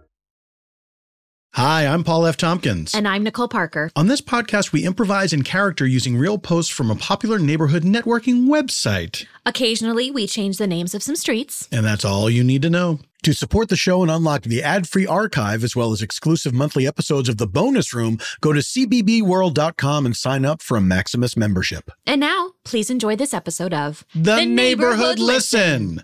Hi, I'm Paul F. Tompkins. And I'm Nicole Parker. On this podcast, we improvise in character using real posts from a popular neighborhood networking website. Occasionally, we change the names of some streets. And that's all you need to know. To support the show and unlock the ad free archive, as well as exclusive monthly episodes of The Bonus Room, go to CBBWorld.com and sign up for a Maximus membership. And now, please enjoy this episode of The, Neighborhood, Listen.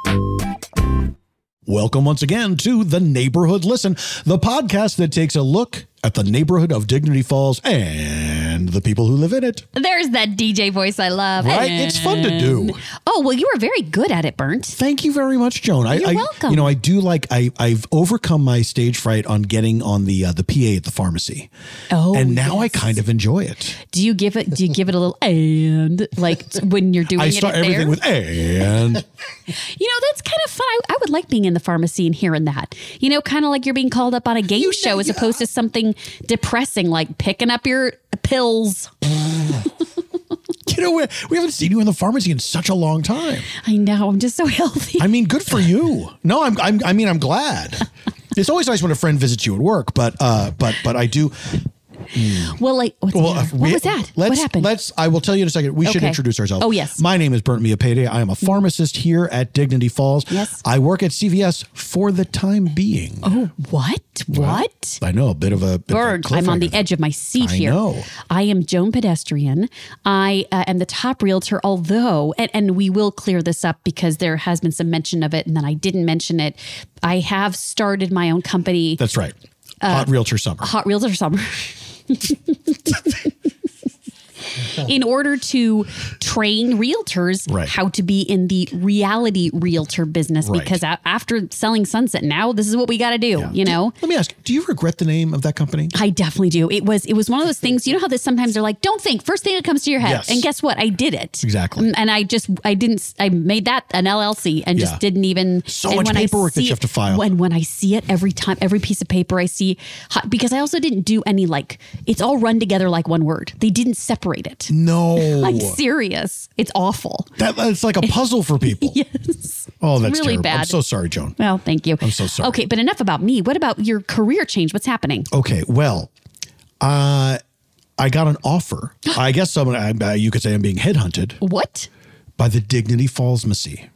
Welcome once again to The Neighborhood Listen, the podcast that takes a look at the neighborhood of Dignity Falls and the people who live in it. There's that DJ voice I love. Right? It's fun to do. Oh, well, you were very good at it, Burnt. Thank you very much, Joan. I, You're I- welcome. You know, I do like I I've overcome my stage fright on getting on the uh, the PA at the pharmacy. Oh, and now I yes. kind of enjoy it. Do you give it do you give it a little and like when you're doing I it start there? everything with and You know, that's kind of fun. I, I would like being in the pharmacy and hearing that. You know, kind of like you're being called up on a game show as opposed to something depressing like picking up your pills. you know we, we haven't seen you in the pharmacy in such a long time. I know, I'm just so healthy. I mean, good for you. No, I'm, I'm I mean, I'm glad. It's always nice when a friend visits you at work, but uh but but I do well, like what's the Well, matter? uh, what we- was that? Let's, What happened? Let's. I will tell you in a second. We should Okay. introduce ourselves. Oh, yes. My name is Burnt Mia Payday. I am a pharmacist here at Dignity Falls. Yes. I work at CVS for the time being. oh, what? What? I know a bit of a bit of a Bird, I'm on the cliffhanger. edge of my seat I here. know. I am Joan Pedestrian. I uh, am the top realtor, although, and, and we will clear this up because there has been some mention of it and then I didn't mention it. I have started my own company, That's right. Uh, Hot Realtor Summer. Hot Realtor Summer. In order to train realtors Right. how to be in the reality realtor business, Right. because a- after selling Sunset, now this is what we got to do, uh, you know? Let me ask. Do you regret the name of that company? I definitely do. It was it was one of those things. You know how this sometimes they're like, don't think. First thing that comes to your head. Yes. And guess what? I did it Mm, Exactly. And, and I just I didn't. I made that an LLC and Yeah. just didn't even. So and much I paperwork that see you have to file. When when I see it every time, every piece of paper I see, hot- because I also didn't do any like it's all run together like one word. They didn't separate it. No. I'm serious. It's awful. that, that's like a puzzle for people. Yes. Oh, that's really terrible. I'm bad. so sorry, Joan. Well, thank you. I'm so sorry. Okay, but enough about me. What about your career change? What's happening? Okay, well, uh, I got an offer. I guess someone I, you could say I'm being headhunted What? by the Dignity Falls Massey.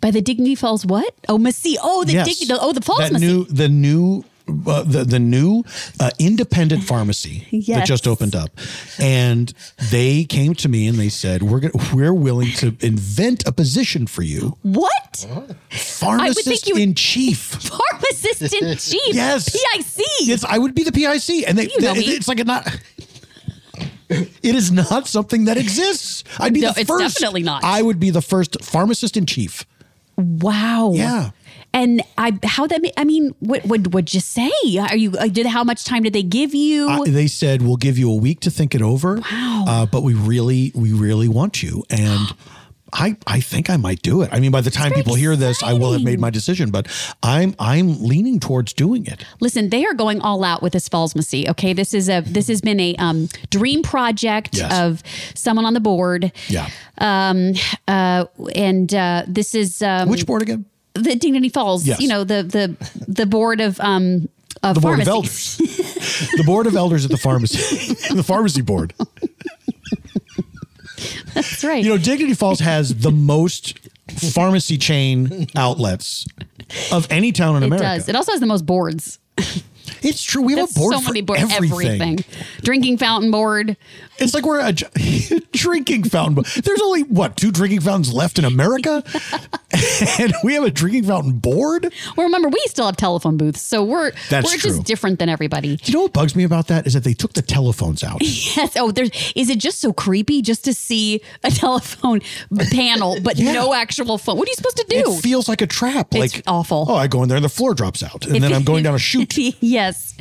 By the Dignity Falls, what? Oh, Massey. Oh, the Dignity. oh, the Falls that Massey. new the new uh, the the new uh, independent pharmacy that Yes. just opened up, and they came to me and they said we're gonna, we're willing to invent a position for you, what? pharmacist you would- in chief. Pharmacist in chief. Yes. PIC. Yes, I would be the PIC, and they, You know they- me. it's like a not. It is not something that exists. I'd be No, the it's first. definitely not. I would be the first pharmacist in chief. Wow. Yeah. And I, how that? ma- I mean, what would would you say? Are you uh, did? How much time did they give you? I- they said we'll give you a week to think it over. Wow. Uh, but we really, we really want you, and I, I think I might do it. I mean, by the time people hear this, I will have made my decision. But I'm, I'm leaning towards doing it. Listen, they are going all out with this Falls Massey. Okay, this is a this has been a um, dream project Yes. of someone on the board. Yeah. Um. Uh. And uh, this is um, Which board again? the Dignity Falls. Yes. You know the the the board of um uh, the board of pharmacies. elders. the board of elders at the pharmacy, the pharmacy board. That's right. You know, Dignity Falls has the most pharmacy chain outlets of any town in it America. does. It also has the most boards. It's true. We have That's a board so for many boards. everything. Drinking fountain board. It's like we're a j- drinking fountain. bo- There's only what two drinking fountains left in America, and we have a drinking fountain board. Well, remember, we still have telephone booths, so we're That's we're true. just different than everybody. Do you know what bugs me about that is that they took the telephones out. Yes. Oh, there's. Is it just so creepy just to see a telephone panel, but Yeah. no actual phone? What are you supposed to do? It feels like a trap. It's like awful. Oh, I go in there and the floor drops out, and then I'm going down a chute. yes.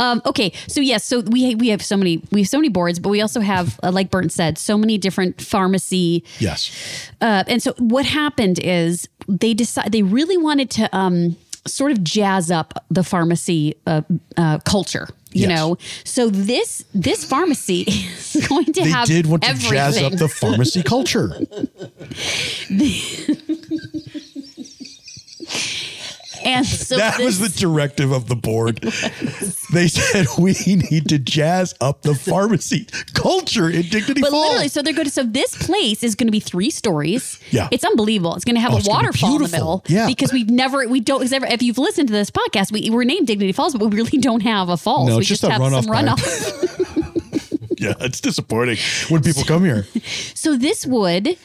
Um, okay. So yes. So we we have so many we have so many boards, but we also have, uh, like Burnt said, so many different pharmacy. Yes, Uh, and so what happened is they decide they really wanted to um, sort of jazz up the pharmacy uh, uh, culture. You Yes. know, so this this pharmacy is going to they have did want to everything. jazz up the pharmacy culture. and so that was the this- directive of the board. they said we need to jazz up the pharmacy culture in Dignity But Falls. literally, so they're going to. So this place is going to be three stories. Yeah. it's unbelievable. It's going to have Oh, a it's gonna be waterfall in the beautiful. middle. Yeah. because we've never, we don't. 'cause ever- If you've listened to this podcast, we we're named Dignity Falls, but we really don't have a falls. No, we it's just a have runoff some pipe. runoff. yeah, it's disappointing when people come here. so this would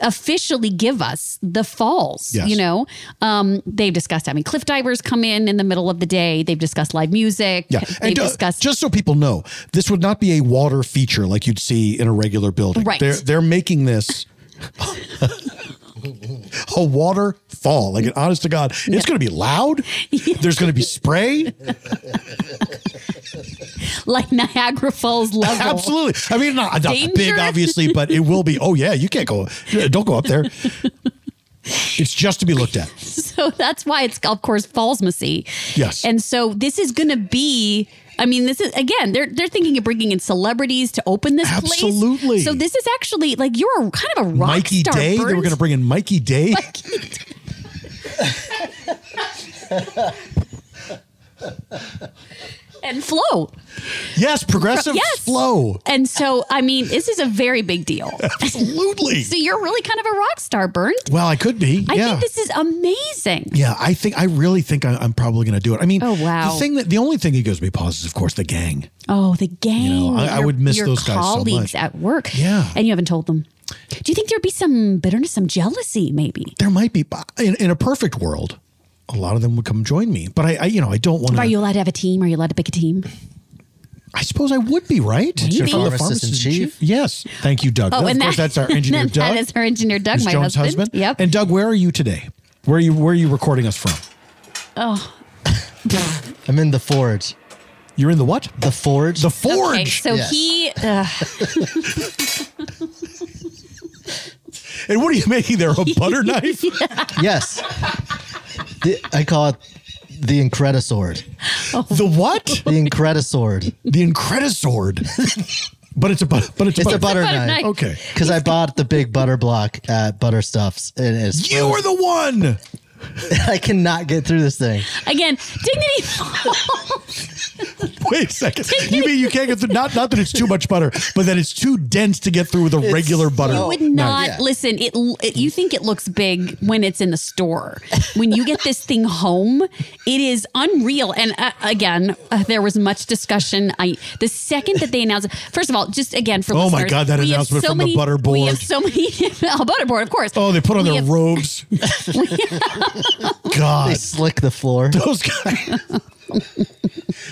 officially give us the falls Yes. you know um they've discussed having cliff divers come in in the middle of the day they've discussed live music Yeah, they've and uh, discussed just so people know, this would not be a water feature like you'd see in a regular building. Right. They're they're making this. A waterfall, like an honest to God, it's going to be loud. There's going to be spray. like niagara falls level Absolutely. I mean, not, not big, Dangerous. obviously, but it will be. Oh yeah, you can't go. yeah, Don't go up there. It's just to be looked at. so that's why it's of course Fallsmacy. Yes. And so this is going to be. I mean, this is again. They're they're thinking of bringing in celebrities to open this place. Absolutely. So this is actually like you're a, kind of a rock Mikey star. Day. They were Burns. going to bring in Mikey Day. and Flo. yes, progressive Yes. flow. And so I mean, this is a very big deal. Absolutely. so you're really kind of a rock star, Burns. well, I could be. I yeah. think this is amazing. Yeah, I think I really think I, I'm probably going to do it. I mean, Oh, wow. the thing that the only thing that gives me pause is, of course, the gang. Oh, the gang. I- I Your- would miss your those guys so colleagues much. at work. Yeah. And you haven't told them. Do you think there'd be some bitterness, some jealousy, maybe? There might be in, in a perfect world, a lot of them would come join me, but I, I you know, I don't want Are to. you allowed to have a team? Are you allowed to pick a team? I suppose I would be right. your If I'm the pharmacist pharmacist in in chief? Yes, thank you, Doug. of course, that's our engineer, Oh, and Doug. That is our engineer, Doug, Miss my Jones' husband. Yep. And Doug, where are you today? Where are you? Where are you recording us from? I'm in the forge. You're in the what? The forge. The forge. Okay, so Yes. he, uh, and what are you making there? A butter knife? yes. The- I call it the Incredisword. The what? The Incredisword. The Incredisword. but it's a but, but it's, It's a a butter butter. butter knife. knife. Okay. Because I bought the big butter block at Butter Stuffs, and it's You are the one. I cannot get through this thing. again, dignity. Wait a second. You mean you can't get through? Not not that it's too much butter, but that it's too dense to get through with a regular butter. would knife. not yeah. listen. It, l- it you think it looks big when it's in the store. When you get this thing home, it is unreal. And uh, again, uh, there was much discussion. I the second that they announced, first of all, just again for Oh my listeners, God, that we have announcement from the many, butter We have board. so many oh, butter board, of course. Oh, they put on We their have- robes. God, They slick the floor. those guys.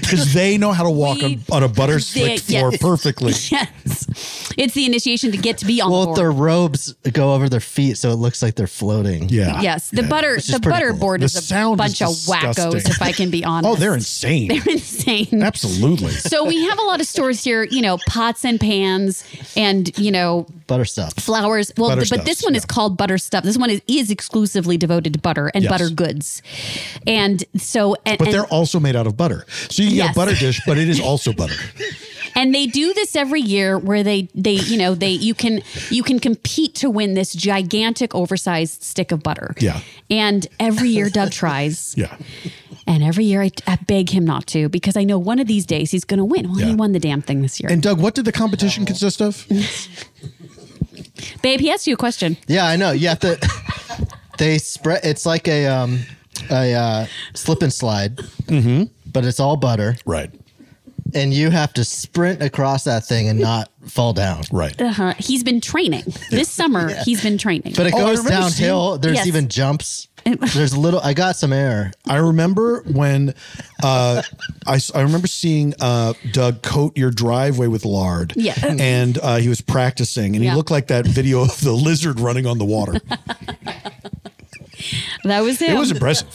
Because they know how to walk We- on, on a butter slick They- floor yes. perfectly. Yes, it's the initiation to get to be on the Well, board. their robes go over their feet, so it looks like they're floating. Yeah. Yes, the butter is the pretty butter cool. board The is a sound is bunch of disgusting. wackos, if I can be honest. Oh, they're insane. They're insane. Absolutely. So we have a lot of stores here, you know, pots and pans and, you know, Butter Stuffs. flowers. Well, Butter th- but this stuffs, one yeah. is called butter stuff. This one is, is exclusively devoted to butter and Yes. butter goods. And so and, But and, they're also made out of butter. So you get Yes. a butter dish, but it is also butter. and they do this every year where they they, you know, they you can you can compete to win this gigantic oversized stick of butter. Yeah. And every year Doug tries. Yeah. And every year I, I beg him not to because I know one of these days he's going to win. Well, Yeah. he won the damn thing this year. And Doug, what did the competition consist of? Babe, he asked you a question. Yeah, I know. You have to. they spread. It's like a um a uh, slip and slide, mm-hmm. but it's all butter, right. and you have to sprint across that thing and not fall down. Right. Uh-huh. He's been training. This summer, he's been training. But it Oh, I goes remember downhill. There's Yes. even jumps. There's a little. I got some air. I remember when uh, I, s- I remember seeing uh, Doug coat your driveway with lard. Yeah. And uh, he was practicing and Yeah. he looked like that video of the lizard running on the water. that was him. It was impressive.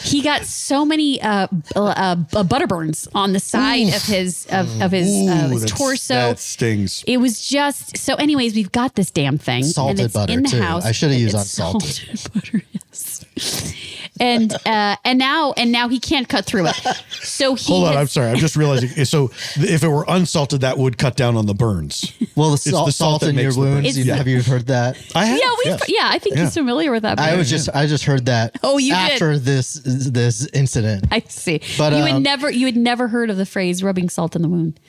he got so many uh, b- uh, uh, butter burns on the side of his of, of his, uh, Ooh, his that's- torso. That stings. It was just so. Anyways, we've got this damn thing. and Salted it's butter, in the too. house. I should've used It's unsalted. salted butter. Yes. And uh, and now and now he can't cut through it. So he Hold on, has- I'm sorry. I'm just realizing. eh, So, th- if it were unsalted, that would cut down on the burns. Well, the, salt, the salt salt, that in your makes the wounds. burns. You, Yeah. Have you heard that? I have. Yeah, we. yes. Yeah, I think Yeah. he's familiar with that. I but- was just. I just heard that. Oh, you did. after this this incident. I see. But, you had um, never you had never heard of the phrase rubbing salt in the wound.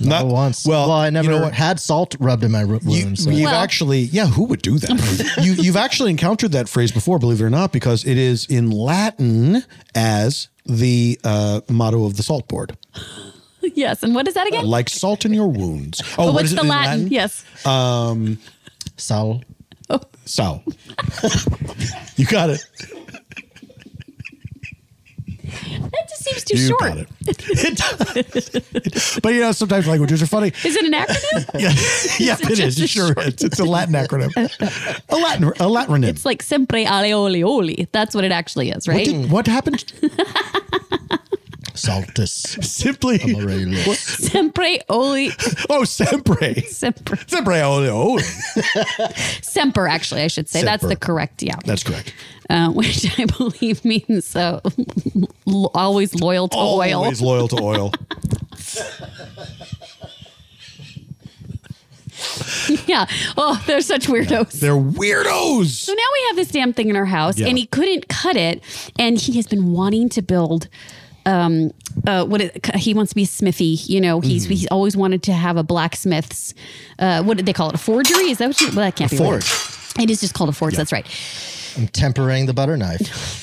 Not once. Uh, Well, Well, I never you know what? had salt rubbed in my ru- You, wounds. so- have Well- actually, yeah, who would do that? you, you've actually encountered that phrase before, believe it or not, because it is in Latin as the uh, motto of the salt board. yes. And what is that again? Like salt in your wounds. Oh, Oh, what What's is it the in Latin? Yes. Sal. Sal. you got it. That just seems too you short. got it. It- but you know, sometimes languages are funny. Is it an acronym? Yeah, yep, it is. just a It sure is. It's a Latin acronym. A Latin, a Latinonym. it's like sempre alioli oli. That's what it actually is, what, right? did, what happened? Saltus. Simply. Amaryllis. sempre oli Oh, sempre. sempre Sempre. Oh, semper. Actually, I should say that's Semper. the correct. Yeah, That's correct. uh, which I believe means uh, lo- always loyal to oil. Always loyal to oil. Yeah. Oh, they're such weirdos. They're weirdos. So now we have this damn thing in our house, Yeah. and he couldn't cut it, and he has been wanting to build. Um, uh, what it, he wants to be a smithy, you know, he's Mm. he's always wanted to have a blacksmith's. Uh, what did they call it? A forgery? Is that what you? Well, that can't be right. It is just called a forge. That's right. I'm tempering the butter knife.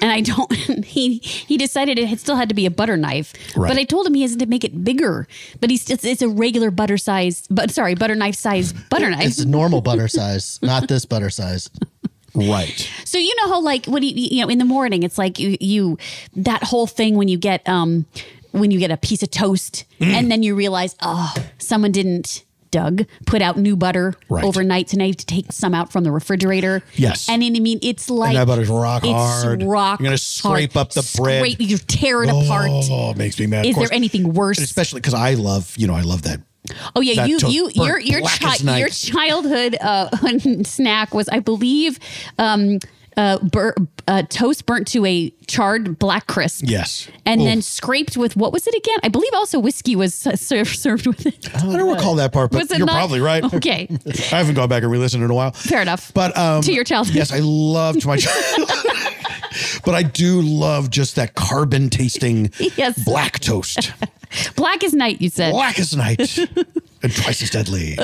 and I don't. He he decided it had- still had to be a butter knife, Right. but I told him he has to make it bigger. But he's it's, it's a regular butter size, but sorry, butter knife size butter knife. It's a normal butter size, not this butter size. Right. so you know how like when you you know in the morning it's like you, you that whole thing when you get um when you get a piece of toast Mm. and then you realize oh someone didn't. Doug put out new butter Right. overnight, so now you have to take some out from the refrigerator. Yes. and then, I mean it's like that butter's rock it's hard. Rock You're gonna scrape hard. up the bread. Scrape- You tear it apart. Oh, it makes me mad. Of Is course. there anything worse? Especially because I love, you know, I love that. oh yeah, that you toast you burnt your your black chi- as night. your childhood uh, snack was, I believe, um, uh, bur- uh, toast burnt to a charred black crisp. Yes. And Ooh. then scraped with what was it again? I believe also whiskey was uh, ser- served with it. I don't recall that part, but Was it you're not? probably right. Okay. I haven't gone back and re-listened in a while. Fair enough. But um, To your childhood. Yes, I loved my childhood. but I do love just that carbon tasting Yes. black toast. Black as night, you said. black as night. and twice as deadly.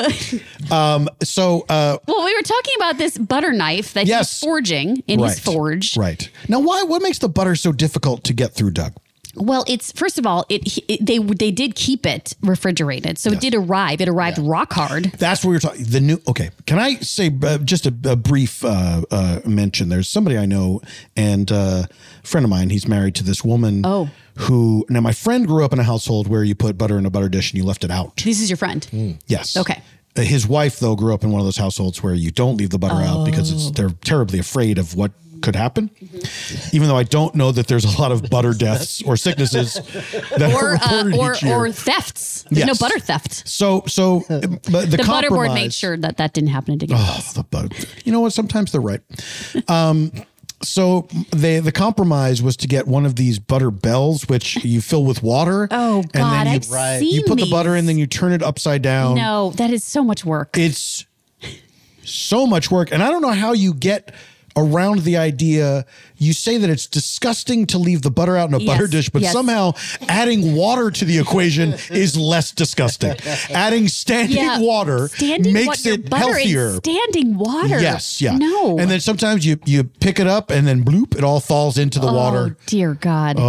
um, so uh Well, we were talking about this butter knife that Yes. he's forging in his forge. Right. Now why what makes the butter so difficult to get through, Doug? Well, it's first of all, it, it they they did keep it refrigerated, so it did arrive. It arrived rock hard. That's what we were talking. The new okay. Can I say uh, just a, a brief uh, uh, mention? There's somebody I know and uh, a friend of mine. He's married to this woman. Oh. who now my friend grew up in a household where you put butter in a butter dish and you left it out. This is your friend. Yes. Okay. Uh, His wife though grew up in one of those households where you don't leave the butter out because Oh. it's they're terribly afraid of what could happen. Even though I don't know that there's a lot of butter deaths or sicknesses that are Or uh, reported or each year. or thefts. There's Yes. no butter theft. so so uh, but the, The butter board made compromise- sure that that didn't happen again. Oh, the bug. You know what? Sometimes they're right. Um, so they the compromise was to get one of these butter bells, which you fill with water. Oh, and then God, you, I've seen you put these. the butter in, then you turn it upside down. No, that is so much work. It's so much work, and I don't know how you get around the idea. You say that it's disgusting to leave the butter out in a butter Yes, dish, but yes. somehow adding water to the equation is less disgusting. Adding standing water Standing makes wa- your it butter in healthier. Standing water. Yes, yeah. No. And then sometimes you you pick it up and then bloop, it all falls into the water. Oh. Oh, dear God.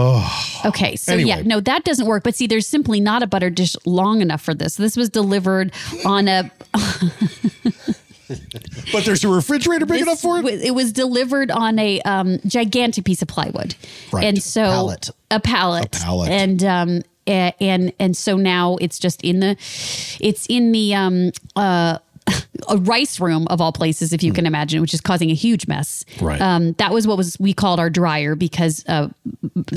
Okay. So, yeah, Anyway. no, that doesn't work. But see, there's simply not a butter dish long enough for this. This was delivered on a. But there's a refrigerator big enough this for it. wa- It was delivered on a um, gigantic piece of plywood. Right. And so. Pallet. A pallet. A pallet. And, um, a- and and so now it's just in the it's in the um uh a rice room of all places if you can imagine which is causing a huge mess Right. um that was what was we called our dryer because uh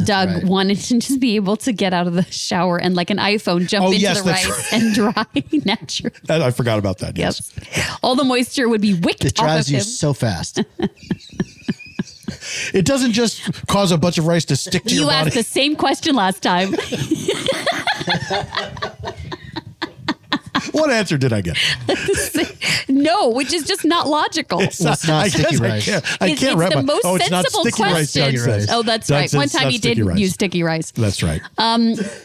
doug right. wanted to just be able to get out of the shower and like an iphone jump Oh, into yes, the that's rice and dry naturally That- I forgot about that. Yes. yes all the moisture would be wicked It off of drives you him so fast. It doesn't just cause a bunch of rice to stick to you your body. asked the same question last time. What answer did I get? no, which is just not logical. Well, it's not I guess sticky I rice. can't- I It's- can't it's wrap the my- most oh, it's not sensible sticky rice. Doug question. says. Oh, that's Doug right. says One it's time not he sticky did rice. use Uh, sticky rice. That's right.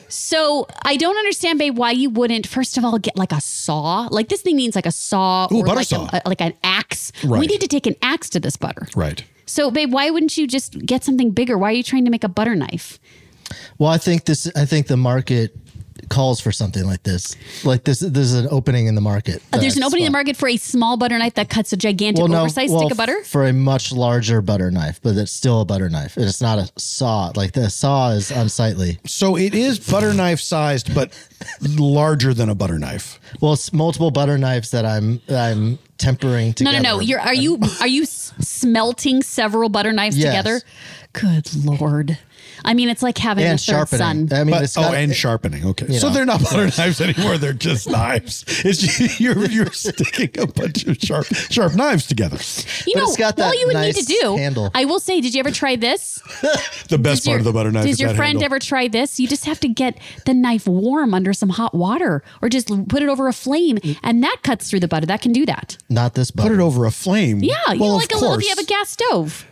So I don't understand, babe, why you wouldn't first of all get like a saw. Like this thing needs like a saw Ooh, or butter like, saw. A, like an axe. We Right. need to take an axe to this butter. right. So, babe, why wouldn't you just get something bigger? Why are you trying to make a butter knife? Well, I think this. I think the market calls for something like this. Like this. There's an opening in the market. Uh, There's an That's opening in the why. market for a small butter knife that cuts a gigantic oversized well, stick of butter. f- for a much larger butter knife, but it's still a butter knife. It's not a saw. Like the saw is unsightly. So it is butter knife sized, but larger than a butter knife. Well, it's multiple butter knives that I'm I'm tempering No, together. no, no. You're are you are you s- smelting several butter knives Yes. together? Good lord! I mean, it's like having a and third sharpening. son. I mean, But- it's oh, got, and sharpening. Okay, so know. they're not butter knives anymore. They're just knives. It's just, you're you're sticking a bunch of sharp sharp knives together. you but know, it's got all that you would need nice to do. handle. I will say, did you ever try this? The best part Does your- of the butter knife. Does is your that friend handle. ever try this? You just have to get the knife warm under some hot water, or just l- put it over a flame, and that cuts through the butter. That can do that. not this put butter. it over a flame? Yeah, you know, well, like a of little. course. If you have a gas stove,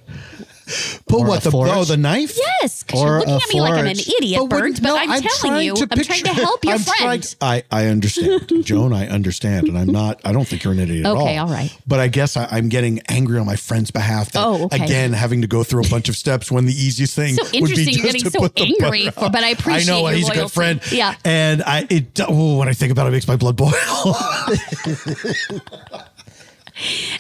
Put Or what a the forge? oh the knife? yes. 'cause Or you're looking a at me like I'm an forge. idiot, But Bert. wouldn't- But no, I'm, telling trying you, to I'm trying to picture- help your I'm friend. trying to- I, I understand, Joan. I understand, and I'm not. I don't think you're an idiot at all. Okay, all right. But I guess I, I'm getting angry on my friend's behalf. That, Oh, okay. Again, having to go through a bunch of steps when the easiest thing So would be interesting, just you're getting to so put the angry, butter on. but I appreciate I know, your and he's a loyalty. good friend. Yeah. and I it oh, when I think about it, it makes my blood boil.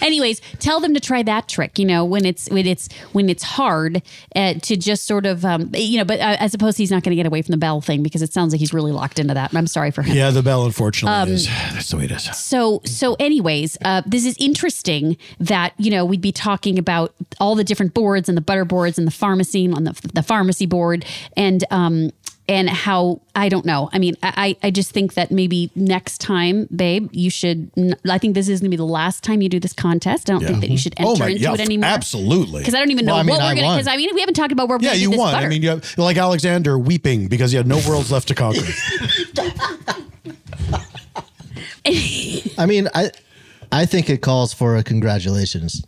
Anyways, tell them to try that trick. You know, when it's when it's when it's hard uh, to just sort of um, you know. But I, I suppose he's not going to get away from the bell thing because it sounds like he's really locked into that. And I'm sorry for him. yeah, the bell unfortunately Um, is that's the way it is. So so anyways, uh, this is interesting that you know we'd be talking about all the different boards and the butter boards and the pharmacy and on the the pharmacy board and um and how I don't know. I mean, I I I just think that maybe next time, babe, you should. n- I think this is gonna be the last time you do this contest. I don't think that you should enter Oh my into yeah, it anymore. absolutely. Because I don't even know Well, I mean, what we're I gonna. won. Because I mean, we haven't talked about where we're Yeah, gonna you do this won. butter. I mean, you have, like Alexander weeping because he had no worlds left to conquer. I mean, I I think it calls for a congratulations.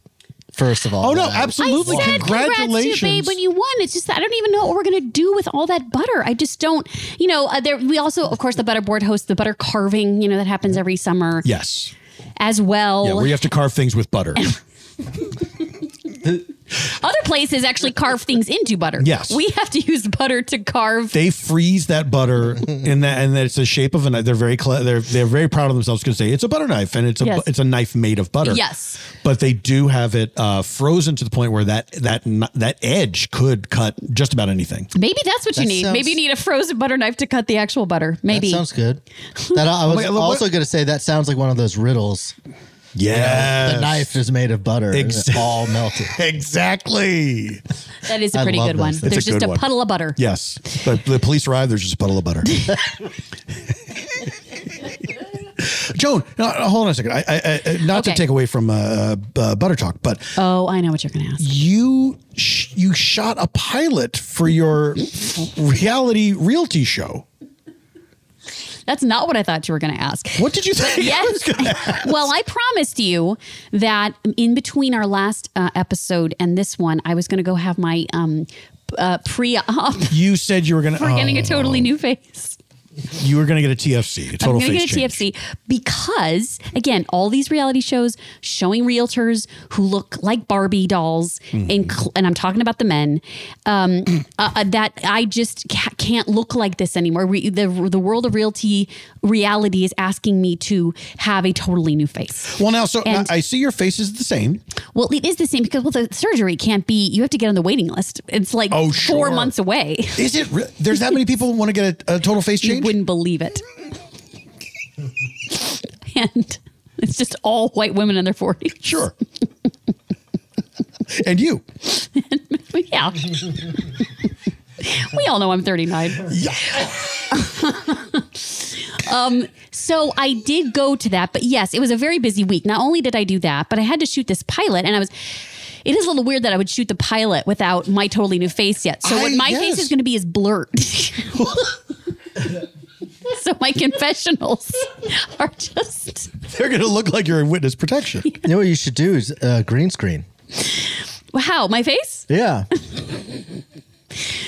First of all, Oh, no, that I- absolutely. I said congrats to you, babe, Congratulations. when you won. It's just that I don't even know what we're gonna do with all that butter. I just don't. You know, uh, there we also, of course, the butter board hosts the butter carving. You know that happens every summer yes. as well. Yeah, where you have to carve things with butter. Other places actually carve things into butter. Yes. we have to use butter to carve. they freeze that butter in that, and it's the shape of a knife. They're very cle- they're they're very proud of themselves because they it's a butter knife and it's a bu- Yes. it's a knife made of butter. Yes. but they do have it uh, frozen to the point where that that kn- that edge could cut just about anything. Maybe that's what you That need. sounds- Maybe you need a frozen butter knife to cut the actual butter. that Maybe. sounds good. That I, I God, was look, what- also going to say that sounds like one of those riddles. Yeah, The knife is made of butter. and it's Exa- all melted. exactly. that is a I pretty love good those one. things. There's It's a just good a one. puddle of butter. Yes, the, the police arrive. There's just a puddle of butter. Joan, no, hold on a second. I, I, I, not Okay. to take away from uh, uh, butter talk, but Oh, I know what you're gonna ask. you sh- you shot a pilot for your reality realty show. That's not what I thought you were going to ask. What did you think? Yes. well, I promised you that in between our last uh, episode and this one, I was going to go have my um, uh, pre-op. We're You said you were gonna. oh, getting a totally new face. You were gonna get a TFC. A total I'm going to face get a change. TFC because, again, all these reality shows showing realtors who look like Barbie dolls, Mm-hmm. and cl- and I'm talking about the men, um, uh, uh, that I just ca- can't look like this anymore. Re- the the world of realty reality is asking me to have a totally new face. Well, now, so I- And- I see your face is the same. Well, it is the same because well, the surgery can't be. You have to get on the waiting list. It's like Oh, four sure. months away. Is it? Re- There's that many people want to get a, a total face You change. wouldn't believe it. and it's just all white women in their 40s. Sure. and you? yeah. we all know I'm 39. Yeah. So I did go to that, but yes, it was a very busy week. Not only did I do that, but I had to shoot this pilot and I was it is a little weird that I would shoot the pilot without my totally new face yet. So what I- my yes. face is going to be is blurred. so my confessionals are just They're going to look like you're in witness protection. You know what you should do is uh, green screen. wow, my face? Yeah.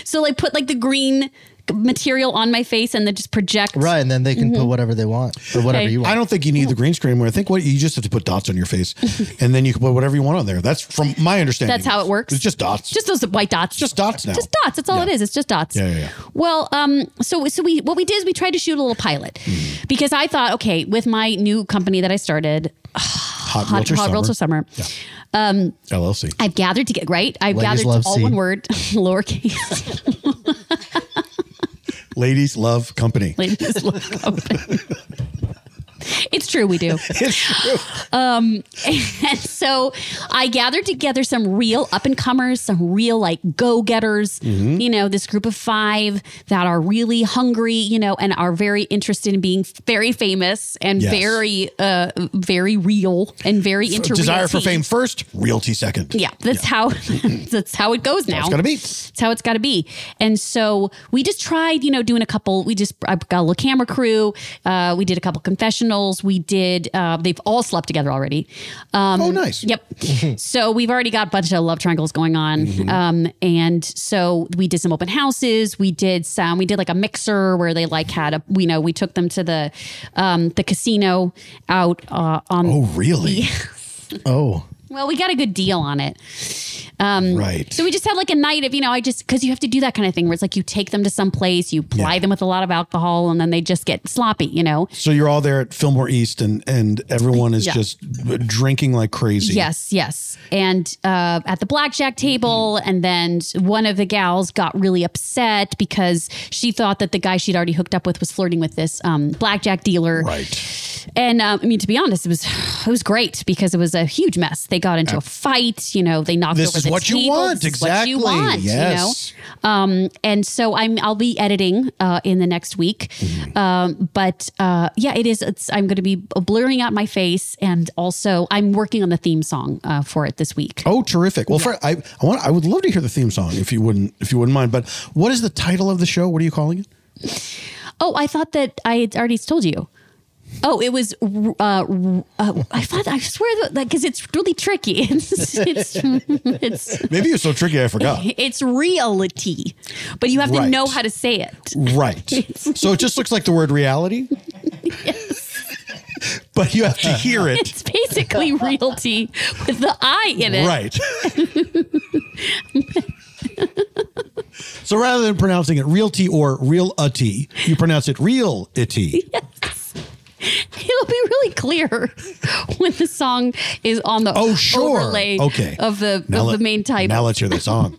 So like put like the green material on my face and then just project Right. And then they can Mm-hmm. put whatever they want or whatever Okay. you want. I don't think you need the green screen. Where I think what you just have to put dots on your face, and then you can put whatever you want on there. That's from my understanding. That's how it works. It's just dots. Just those white dots. Just dots now. Just dots. That's all Yeah. it is. It's just dots. Yeah, yeah, yeah. Well, um, so so we what we did is we tried to shoot a little pilot Mm-hmm. because I thought, okay, with my new company that I started, hot, Hot realtor Hot summer, Realtor Summer, LLC. I've gathered to get right. I've Ladies gathered love all seed. one word, lowercase. Ladies love company. Ladies love company. It's true, we do. Um, And so I gathered together some real up and comers, some real like go getters, Mm-hmm. you know, this group of five that are really hungry, you know, and are very interested in being very famous and Yes. very, uh, very real and very into Desire for realty. fame first, realty second. Yeah, that's how that's how it goes now. It's gonna be. It's how it's got to be. And so we just tried, you know, doing a couple. We just I got a little camera crew. Uh, we did a couple confessionals. We did. Uh, they've all slept together already. Um, Oh, nice. Yep. so we've already got a bunch of love triangles going on. Mm-hmm. Um, and so we did some open houses. We did some. We did like a mixer where they like had a. We know we took them to the um, the casino out uh, on. Oh, really? Oh, Well, we got a good deal on it. Um, Right. So we just had like a night of, you know, I just, because you have to do that kind of thing where it's like you take them to some place, you ply Yeah. them with a lot of alcohol, and then they just get sloppy, you know? So you're all there at Fillmore East, and and everyone is Yeah. just drinking like crazy. Yes, yes. And uh, at the blackjack table, Mm-hmm. and then one of the gals got really upset because she thought that the guy she'd already hooked up with was flirting with this um, blackjack dealer. Right. And um, I mean, to be honest, it was it was great because it was a huge mess. They got into a fight. You know, they knocked This over is the what you table. want, This is what you exactly. want, Yes. You know? um, and so I'm I'll be editing uh, in the next week. Mm-hmm. Um, but uh, yeah, it is. It's, I'm going to be blurring out my face, and also I'm working on the theme song uh, for it this week. Oh, terrific! Well, Fred, I I want I would love to hear the theme song if you wouldn't if you wouldn't mind. But what is the title of the show? What are you calling it? Oh, I thought that I had already told you. Oh, it was. Uh, uh, I thought I swear that because it's really tricky. It's it's it's, Maybe it's so tricky I forgot. it's reality, but you have to Right. know how to say it. Right. so it just looks like the word reality. But you have to hear it. It's basically realty with the I in it. Right. so rather than pronouncing it realty or real utty, you pronounce it real itty. Yes. It'll be really clear when the song is on the Oh, sure. overlay okay. of the Now of let- the main title. Now let's hear the song.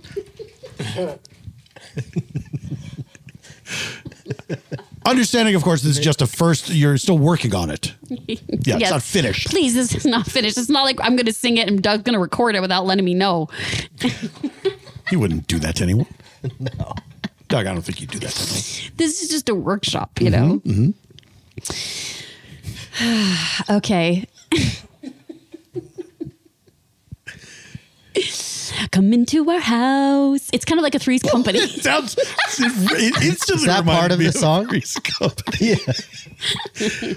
Understanding, of course, this is just a first. You're still working on it. Yeah, it's Yes. not finished. Please, this is not finished. It's not like I'm going to sing it and Doug's going to record it without letting me know. You wouldn't do that to anyone. no. Doug, I don't think you'd do that to anyone. This is just a workshop, you know? Mm-hmm, okay. Come into our house. It's kind of like a Three's Company. Sounds it instantly Is that reminded part of me the song? Three's Company.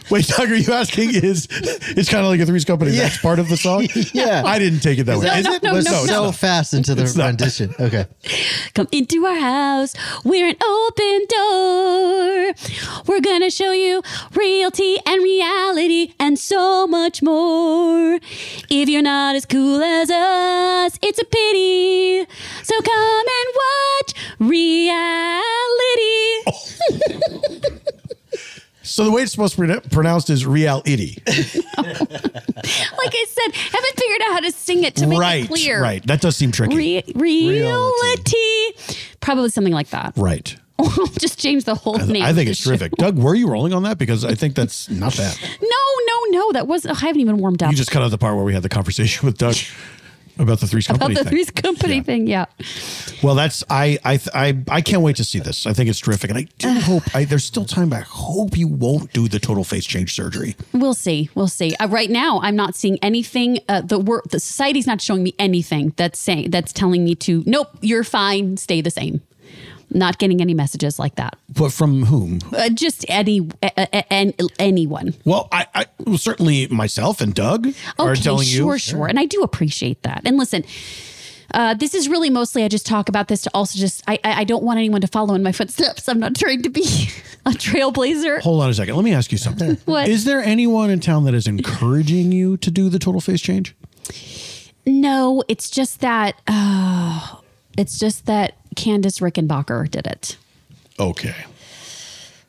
Wait, Doug, are you asking? Is it's kind of like a Three's Company? That's part of the song. Yeah. I didn't take it that way. That Is it? no, was no, so no. fast into the rendition. Okay. Come into our house. We're an open door. We're going to show you realty and reality and so much more. If you're not as cool as us, it's a pity. So come and watch reality. So the way it's supposed to be pronou- pronounced is reality. Like I said, haven't figured out how to sing it to make right. it clear. Right. That does seem tricky. Re- reality. Probably something like that. right. Just change the whole name. I of think the it's show. terrific. Doug, were you rolling on that? Because I think that's not bad. No, no, no. That was, I haven't even warmed up. You just cut out the part where we had the conversation with Doug about the Three's about Company the thing. Three's Company Yeah. thing. Yeah. Well, that's I I I I can't wait to see this. I think it's terrific, and I do hope I, there's still time. But I hope you won't do the total face change surgery. We'll see. We'll see. Uh, right now, I'm not seeing anything. Uh, the work, the society's not showing me anything that's saying that's telling me to. Nope, you're fine. Stay the same. Not getting any messages like that. But from whom? Uh, just any uh, uh, and anyone. Well, I, I well, certainly myself and Doug are Okay, telling sure, you. sure. And I do appreciate that. And listen, uh, this is really mostly I just talk about this to also just I I I don't want anyone to follow in my footsteps. I'm not trying to be a trailblazer. Hold on a second. Let me ask you something. What? Is there anyone in town that is encouraging you to do the total face change? No, it's just that. Uh, it's just that Candace Rickenbacker did it. Okay.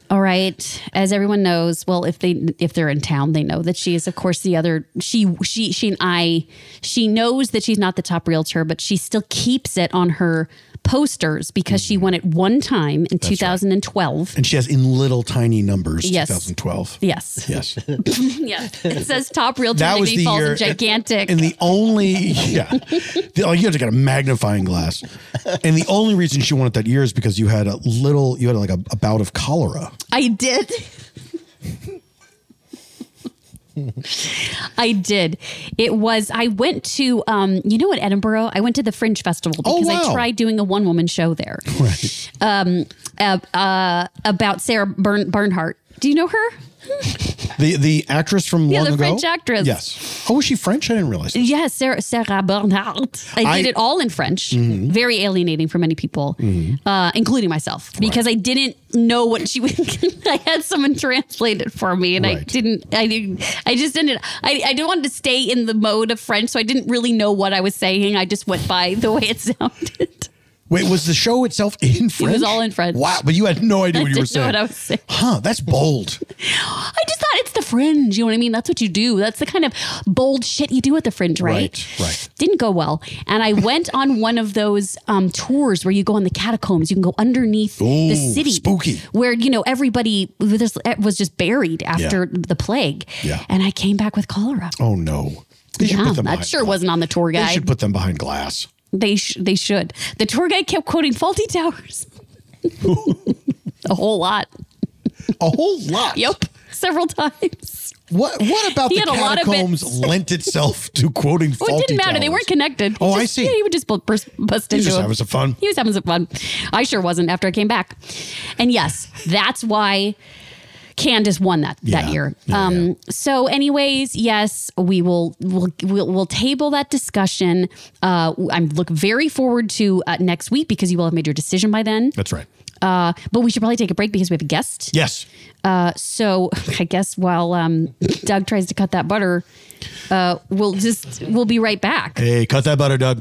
All right, as everyone knows, well, if they if they're in town, they know that she is, of course, the other. She she she and I. She knows that she's not the top realtor, but she still keeps it on her posters because Mm-hmm. she won it one time in 2012. And she has in little tiny numbers. Yes. 2012. Yes, Yes. yeah. It says top realtor. That was Dignity the Falls year- and gigantic. And the only, yeah, the, like you had to get a magnifying glass. And the only reason she wanted that year is because you had a little, you had like a, a bout of cholera. I did. I did. It was. I went to. Um, you know, at Edinburgh, I went to the Fringe Festival Oh, because wow. I tried doing a one woman show there. Right. Um, uh, uh, about Sarah Bern- Bernhardt. Do you know her? The the actress from Yeah, long the ago, French actress. Yes. Oh, was she French? I didn't realize. That. Yes, Sarah, Sarah Bernhardt. I, I- Mm-hmm. did it all in French. Very alienating for many people, uh, including myself, because I didn't know what she was. I had someone translate it for me, and I Right. didn't. I didn't. I just didn't. I, I didn't want to stay in the mode of French, so I didn't really know what I was saying. I just went by the way it sounded. Wait, was the show itself in French? all in French. Wow, but you had no idea I what you were didn't know saying. what I was saying. Huh? That's bold. I just thought it's the fringe. You know what I mean? That's what you do. That's the kind of bold shit you do at the fringe, right? Right, right. Didn't go well. And I went on one of those um, tours where you go on the catacombs. You can go underneath Ooh, the city. spooky. Where, you know, everybody was was just buried after the plague. Yeah. And I came back with cholera. Oh no. They should Yeah, put them that behind sure glass. wasn't on the tour They guide. should put them behind glass. They sh- they should. The tour guide kept quoting faulty towers. a whole lot. A whole lot. Yep. Several times. What What about He the had a lot of catacombs lent itself to quoting? Well, Oh, it faulty didn't matter. They towers? weren't connected. He Oh, I just- see. Yeah, he would just bu- bust, bust He was into just him. having some fun. He was having some fun. I sure wasn't after I came back. And yes, that's why Candace won that Yeah. that year. Yeah, um, yeah. So, anyways, yes, we will we'll we'll, we'll table that discussion. Uh, I look very forward to uh, next week because you will have made your decision by then. That's right. Uh, but we should probably take a break because we have a guest. Yes. Uh, so I guess while um, Doug tries to cut that butter, uh, we'll just we'll be right back. Hey, cut that butter, Doug.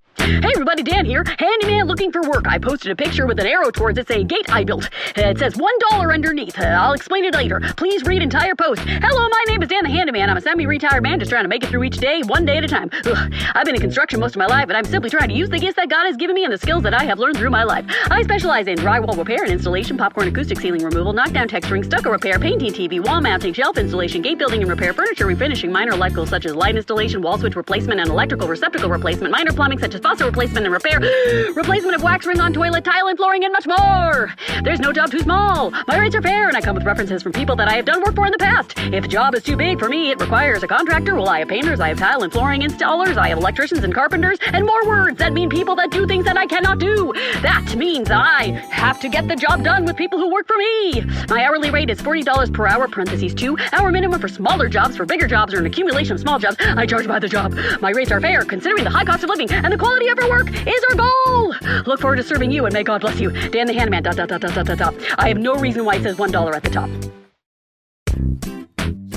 Hey everybody, Dan here, handyman looking for work. I posted a picture with an arrow towards it saying gate I built. Uh, It says $1 underneath. Uh, I'll explain it later. Please read entire post. Hello, my name is Dan the handyman. I'm a semi-retired man just trying to make it through each day, one day at a time. Ugh. I've been in construction most of my life, and I'm simply trying to use the gifts that God has given me and the skills that I have learned through my life. I specialize in drywall repair and installation, popcorn acoustic ceiling removal, knockdown texturing, stucco repair, painting TV, wall mounting, shelf installation, gate building and repair, furniture refinishing, minor life goals such as light installation, wall switch replacement, and electrical receptacle replacement, minor plumbing such as faucet replacement and repair, replacement of wax ring on toilet, tile and flooring, and much more. There's no job too small. My rates are fair, and I come with references from people that I have done work for in the past. If a job is too big for me, it requires a contractor. Well, I have painters, I have tile and flooring installers, I have electricians and carpenters, and more words that mean people that do things that I cannot do. That means I have to get the job done with people who work for me. My hourly rate is $40 per hour, parentheses two, hour minimum for smaller jobs. For bigger jobs or an accumulation of small jobs, I charge by the job. My rates are fair, considering the high cost of living, and the quality of our work is our goal. Look forward to serving you, and may God bless you. Dan the Handman, dot, dot, dot, dot, dot, dot, dot. I have no reason why it says $1 at the top.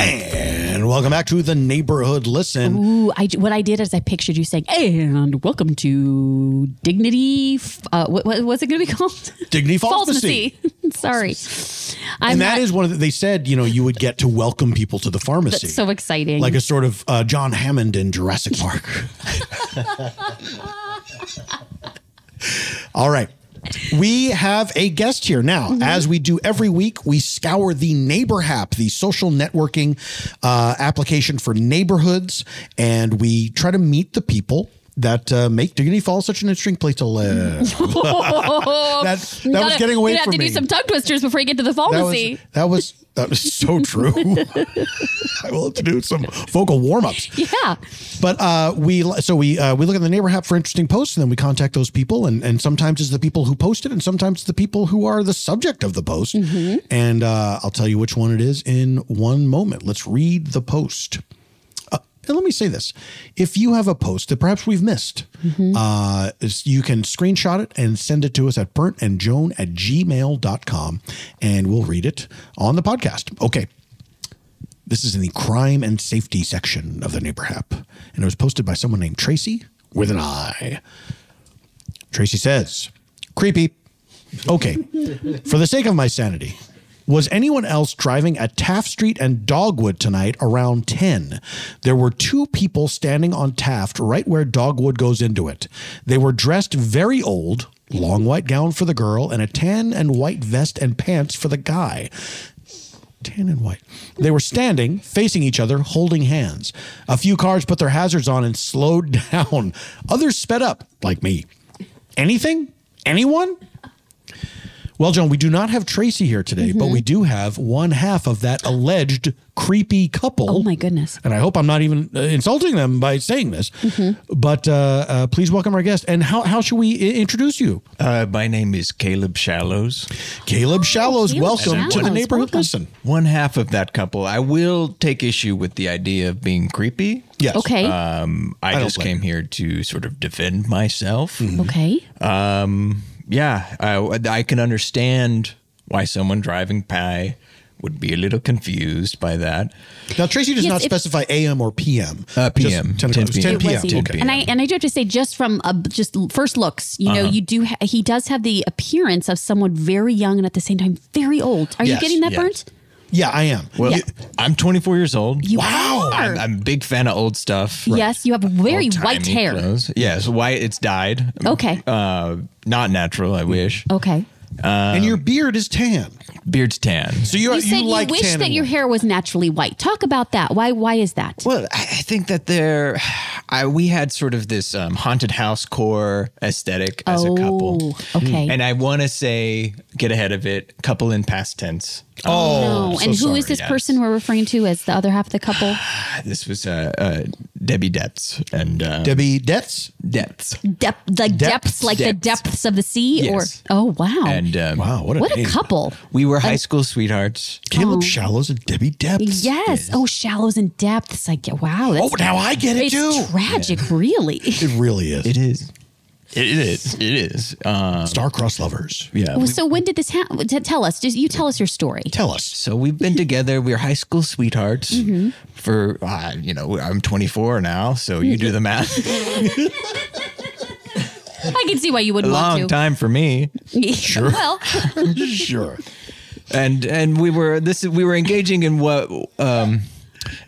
And welcome back to the neighborhood listen. Ooh, I, what I did is I pictured you saying, and welcome to Dignity. F- Uh, what, what, what's it going to be called? Dignity Falsity. Falsity. Sorry. I'm and that not- is one of the, they said, you know, you would get to welcome people to the pharmacy. That's so exciting. Like a sort of uh, John Hammond in Jurassic Park. All right. We have a guest here now. Mm-hmm. As we do every week, we scour the Neighbor Hap, the social networking uh, application for neighborhoods, and we try to meet the people that uh, make Dignity Falls such an interesting place to live. that that You was gotta- getting away You'd have from to me. do some tongue twisters before you get to the pharmacy. That was that was, that was so true. I will have to do some vocal warm ups. yeah. But uh, we so we uh, we look at the neighbor hub for interesting posts, and then we contact those people, and and sometimes it's the people who post it, and sometimes it's the people who are the subject of the post. And uh, I'll tell you which one it is in one moment. Let's read the post. Uh, and let me say this: if you have a post that perhaps we've missed, uh, is- you can screenshot it and send it to us at burntandjoan at gmail.com, and we'll read it on the podcast. Okay. This is in the crime and safety section of the Neighbor Hap, and it was posted by someone named Tracy with an I. Tracy says, "Creepy." Okay, for the sake of my sanity, was anyone else driving at Taft Street and Dogwood tonight around ten? There were two people standing on Taft, right where Dogwood goes into it. They were dressed very old. Long white gown for the girl and a tan and white vest and pants for the guy tan and white. They were standing, facing each other, holding hands. A few cars put their hazards on and slowed down. Others sped up, like me. Anything? Anyone? Well, Joan, we do not have Tracy here today, but we do have one half of that alleged creepy couple. Oh, my goodness. And I hope I'm not even uh, insulting them by saying this. But uh, uh, please welcome our guest. And how, how should we I- introduce you? Uh, my name is Caleb Shallows. Caleb Shallows, Oh, Caleb welcome to the Shallows, neighborhood welcome. listen. One half of that couple. I will take issue with the idea of being creepy. Yes. uh, Okay. Um, I I, don't just blame Mm-hmm. came here to sort of defend myself. Okay. Um, yeah, I, I can understand why someone driving by would be a little confused by that. Now, Tracy does Yes, not if- specify AM or PM. Uh, PM. Just 10 o'clock. It was It 10 was p.m. he. Okay. And I and I do have to say, just from uh, just first looks, you know, Uh-huh. you do ha- he does have the appearance of someone very young and at the same time very old. Are Yes, you getting that yes. burnt? Yeah, I am. Well, I'm 24 years old. You Wow. are. I'm, I'm a big fan of old stuff. Yes, you have very white Tiny hair. clothes. Yes, white. It's dyed. Okay. Uh, not natural. I wish. Okay. and your beard is tan. Beard's tan. So you said you, wish that your hair was naturally white. Talk about that. Why? Why is that? Well, I I think that there, I we had sort of this um, haunted house core aesthetic as a couple. Hmm. Oh, okay. And I want to say, get ahead of it. Couple in past tense. Uh, Oh, no. and who is this person we're referring to as the other half of the couple? This was uh, uh, Debbie Debs and Oh. uh, Debbie Debs. Debs. Dep- the depths, Depths. like the Depths. depths of the sea, Yes. or oh wow, And um, wow, what a What a name. couple. We were high And- school sweethearts. Caleb Oh. Shallows and Debbie yes. Oh, shallows and depths. I get wow. That's, Oh, now I get it, it's too. Tragic, really. It really is. It is. It is. It is. Um, Star-crossed lovers. Yeah. Well, we- so when did this happen? Tell us. Just you tell us your story. Tell us. so we've been together. We were high school sweethearts Mhm. for, uh, you know, I'm 24 now, so you do the math. I can see why you a wouldn't long want to. time for me. Sure. well, sure. And and we were this is- we were engaging in what um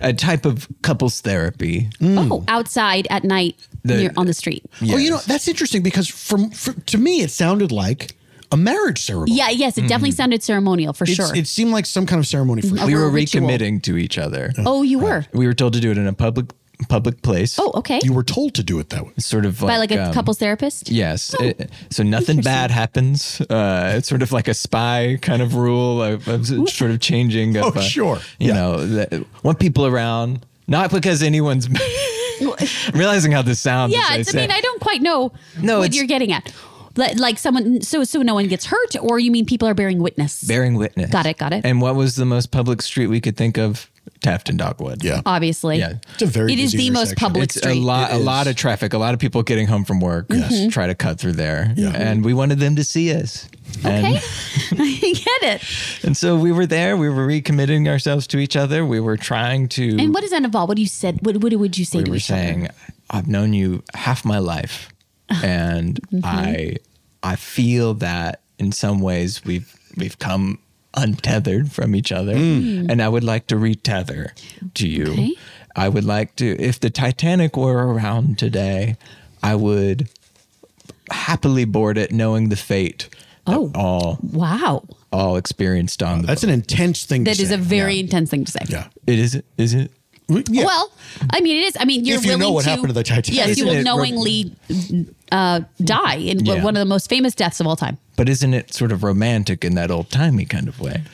a type of couples therapy. Hmm. oh, outside at night The- near, on the street. Oh, you know that's interesting because from, from to me it sounded like a marriage ceremony. Yeah, yes, it definitely sounded ceremonial for It's- sure. It seemed like some kind of ceremony. For Mm, a we were little ritual. recommitting to each other. oh, you were We were told to do it in a public public place. Oh, okay. You were told to do it that way. Sort of like by like a Oh. um, couples therapist. Yes. It- so nothing bad happens. Uh, it's sort of like a spy kind of rule of, of s- sort of changing. Of, Oh, uh, sure. You know, that, want people around, not because anyone's realizing how this sounds. as yeah, it's, I mean, say. I don't quite know No, what it's- you're getting at. Like like someone, so so no one gets hurt, or you mean people are bearing witness? bearing witness. Got it, got it. And what was the most public street we could think of? Tafton Dogwood. Yeah. Obviously, Yeah. It's a very Uh, It is busy the most intersection. public It's street. Mm-hmm. A lot, It a is. lot of traffic. A lot of people getting home from work. Yes. Try to cut through there. Yeah. And we wanted them to see us. And, okay, I get it. and so we were there. We were recommitting ourselves to each other. We were trying to. And what does that involve? What do you said? What what would you say we to were each saying, I've known you half my life, and Mm-hmm. I, I feel that in some ways we've we've come untethered from each other, Mm. and I would like to retether to you. Okay. I would like to, if the Titanic were around today, I would happily board it, knowing the fate. Oh, all wow! All experienced on the that's an intense thing. That is a very intense thing to say. Yeah. It is. Is it? Well, I mean, it is. I mean, you're If you know willing what to, happened to the Titanic. Yes, you Isn't will it- knowingly uh, die in Yeah. one of the most famous deaths of all time. But isn't it sort of romantic in that old timey kind of way?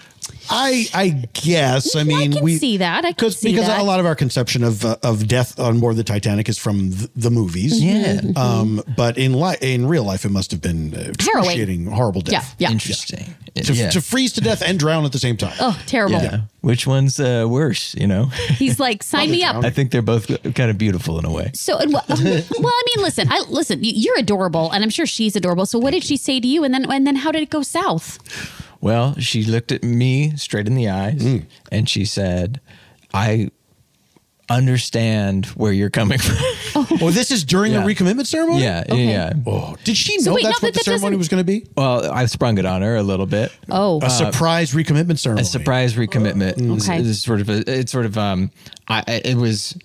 I I guess. I mean, can we see that. I can because see because that. a lot of our conception of uh, of death on board the Titanic is from the, the movies. Yeah. Mhm. Um. But in li- in real life, it must have been uh, Mm-hmm. Harrowing. excruciating, horrible death. Yeah, yeah. Interesting. To, Yeah. to freeze to death and drown at the same time. Oh, terrible! Which one's uh, worse, you know? He's like, sign me up. I think they're both kind of beautiful in a way. So, and, um, well, well, I mean, listen, I listen. y- You're adorable, and I'm sure she's adorable. So, what did she say to you? And then, and then, how did it go south? Well, she looked at me straight in the eyes and she said, I understand where you're coming from. Oh, this is during Yeah. the recommitment ceremony. Yeah, yeah, yeah. Oh, did she So know wait, that's no, what the that- that ceremony doesn't- was going to be? Well, I sprung it on her a little bit. Oh, A surprise recommitment ceremony. Uh, A surprise recommitment. It was- Okay. It was sort of a, it's sort of um I I- it was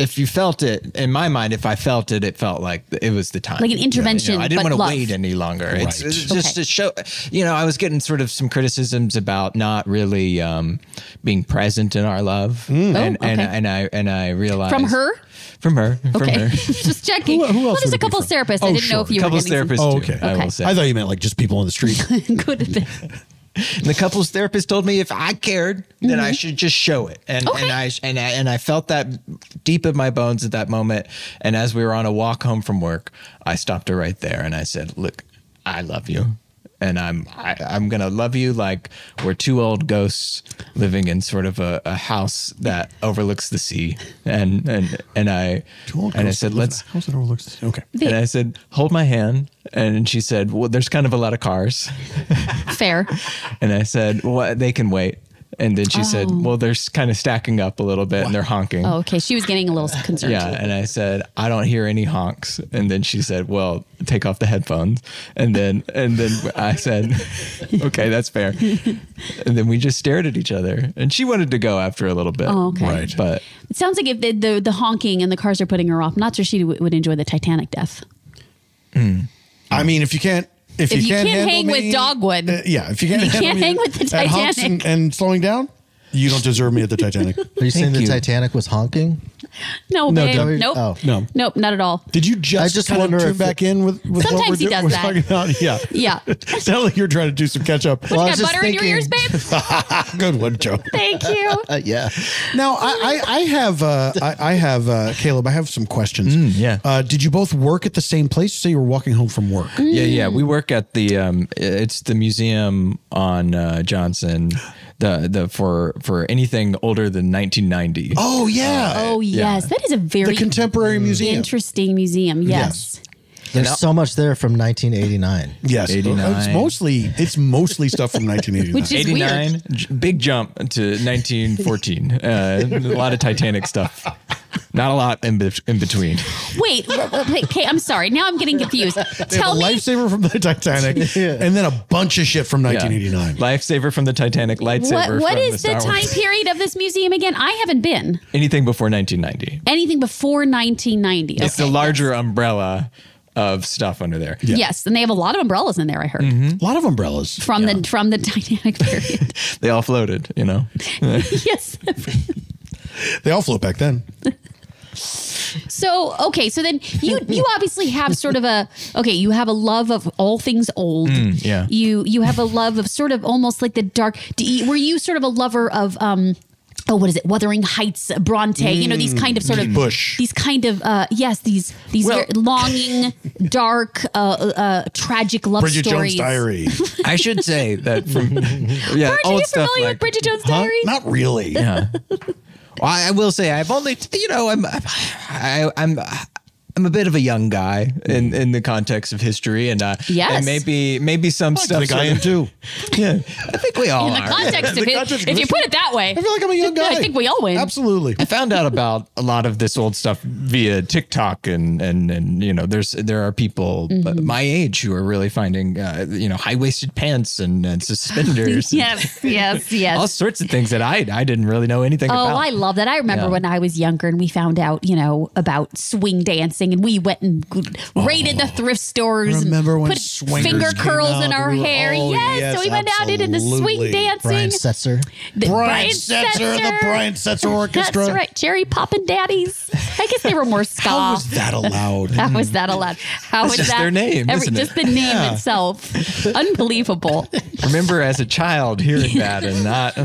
if you felt it in my mind, if I felt it, it felt like it was the time. Like an You know, intervention, I didn't but want to love. wait any longer. It's, Right. it's just Okay. to show, you know, I was getting sort of some criticisms about not really um, being present in our love, and, Oh, and okay. and I and I Uh, realized From her? from her, from Okay, her. just checking. well, there's a couple therapists. Oh, I didn't know if you couples were getting therapist. some- too, okay. I Okay. will say. I thought you meant like just people on the street. Could have been. And the couples therapist told me if I cared, then I should just show it. And and I and I and I felt that deep in my bones at that moment. And as we were on a walk home from work, I stopped her right there and I said, "Look, I love you." And I'm I, I'm gonna love you like we're two old ghosts living in sort of a, a house that overlooks the sea. And and and I and I said let's How's it overlooks? Okay. and I said hold my hand. And she said well there's kind of a lot of cars. Fair. And I said, well, they can wait. And then she said, well, they're kind of stacking up a little bit and they're honking. Oh, okay. She was getting a little concerned. Yeah. And I said, I don't hear any honks. And then she said, well, take off the headphones. And then, and then I said, okay, that's fair. And then we just stared at each other and she wanted to go after a little bit. Oh, okay. Right. But It sounds like if the, the the honking and the cars are putting her off, I'm not sure she w- would enjoy the Titanic death. I mean, if you can't, if, If you can't, can't handle hang with me- dogwood. uh, yeah. If you can't, You can't handle me hang with the at honks Titanic. and, and slowing down, you don't deserve me at the Titanic. Are you saying the Titanic was honking? No, No, babe. don't. Nope. Oh. No. Nope, not at all. Did you just, kind of tune back in with, with what Sometimes we're, he do- does we're that. talking about? Yeah. Yeah. Sound like you're trying to do some catch up. What, you Well, I got was just butter in your thinking- ears, babe? Good one, Joe. Thank you. Uh, yeah. Now I, I, I have uh, I, I have uh, Caleb. I have some questions. yeah. Uh, did you both work at the same place? So you were walking home from work. Mm. Yeah, yeah. We work at the um, it's the museum on uh, Johnson, the the for for anything older than 1990. Oh yeah. Oh yes, that is a very contemporary museum. Interesting museum. Yes. There's so much there from 1989. Yes, Uh, It's mostly it's mostly stuff from 1989. Which is weird. j- big jump to 1914. Uh, a lot of Titanic stuff. Not a lot in, bet in between. Wait, wait, okay, I'm sorry. Now I'm getting confused. They have Tell a me. lifesaver from the Titanic, and then a bunch of shit from 1989. Lifesaver from the Titanic. Lightsaber. What, what from is the, Star time Wars. period of this museum again? I haven't been. Anything before 1990. Anything before 1990. It's the larger umbrella of stuff under there. Yes, and they have a lot of umbrellas in there. I heard A lot of umbrellas. from the from the Titanic period. They all floated, you know. yes. They all float back then. So okay, so then you you obviously have sort of a okay, you have a love of all things old. Mm, yeah. You you have a love of sort of almost like the dark. Do you, were you sort of a lover of um? Oh, what is it? Wuthering Heights, Bronte. you know these kind of sort of Mm, Bush. These kind of uh, yes, these these very longing, dark, uh, uh, tragic love Bridget stories. Jones' Diary. I should say that from yeah, Aren't you familiar with Bridget Jones' Diary? Not really. Yeah. Well, I I will say I've only you know I'm I, I'm. I'm a bit of a young guy in, Mm. in the context of history, and uh, Yes. and maybe maybe some I stuff. think I am too. Yeah, I think we all In the are. context of The it, context if you put it that way, I feel like I'm a young I guy. think we all win. Absolutely. I found out about a lot of this old stuff via TikTok and and and you know there's there are people Mm-hmm. uh, my age who are really finding uh, you know high waisted pants and, and suspenders, and Yes, yes, yes. all sorts of things that I I didn't really know anything oh, about. I love that. I remember Yeah. when I was younger and we found out, you know, about swing dancing and we went and g- raided the thrift stores Oh. Remember and when put swingers finger came curls in out our and we were- hair. oh, yes, so yes, we went out into the swing absolutely. dancing. Brian Setzer. The Brian Setzer, the Brian Setzer Orchestra. That's right. Ah. Cherry Poppin' Daddies. I guess they were more ska. How was that allowed? How was that allowed? How was That's just that? their name, isn't it? just the name Yeah. itself. Unbelievable. remember as a child hearing that and not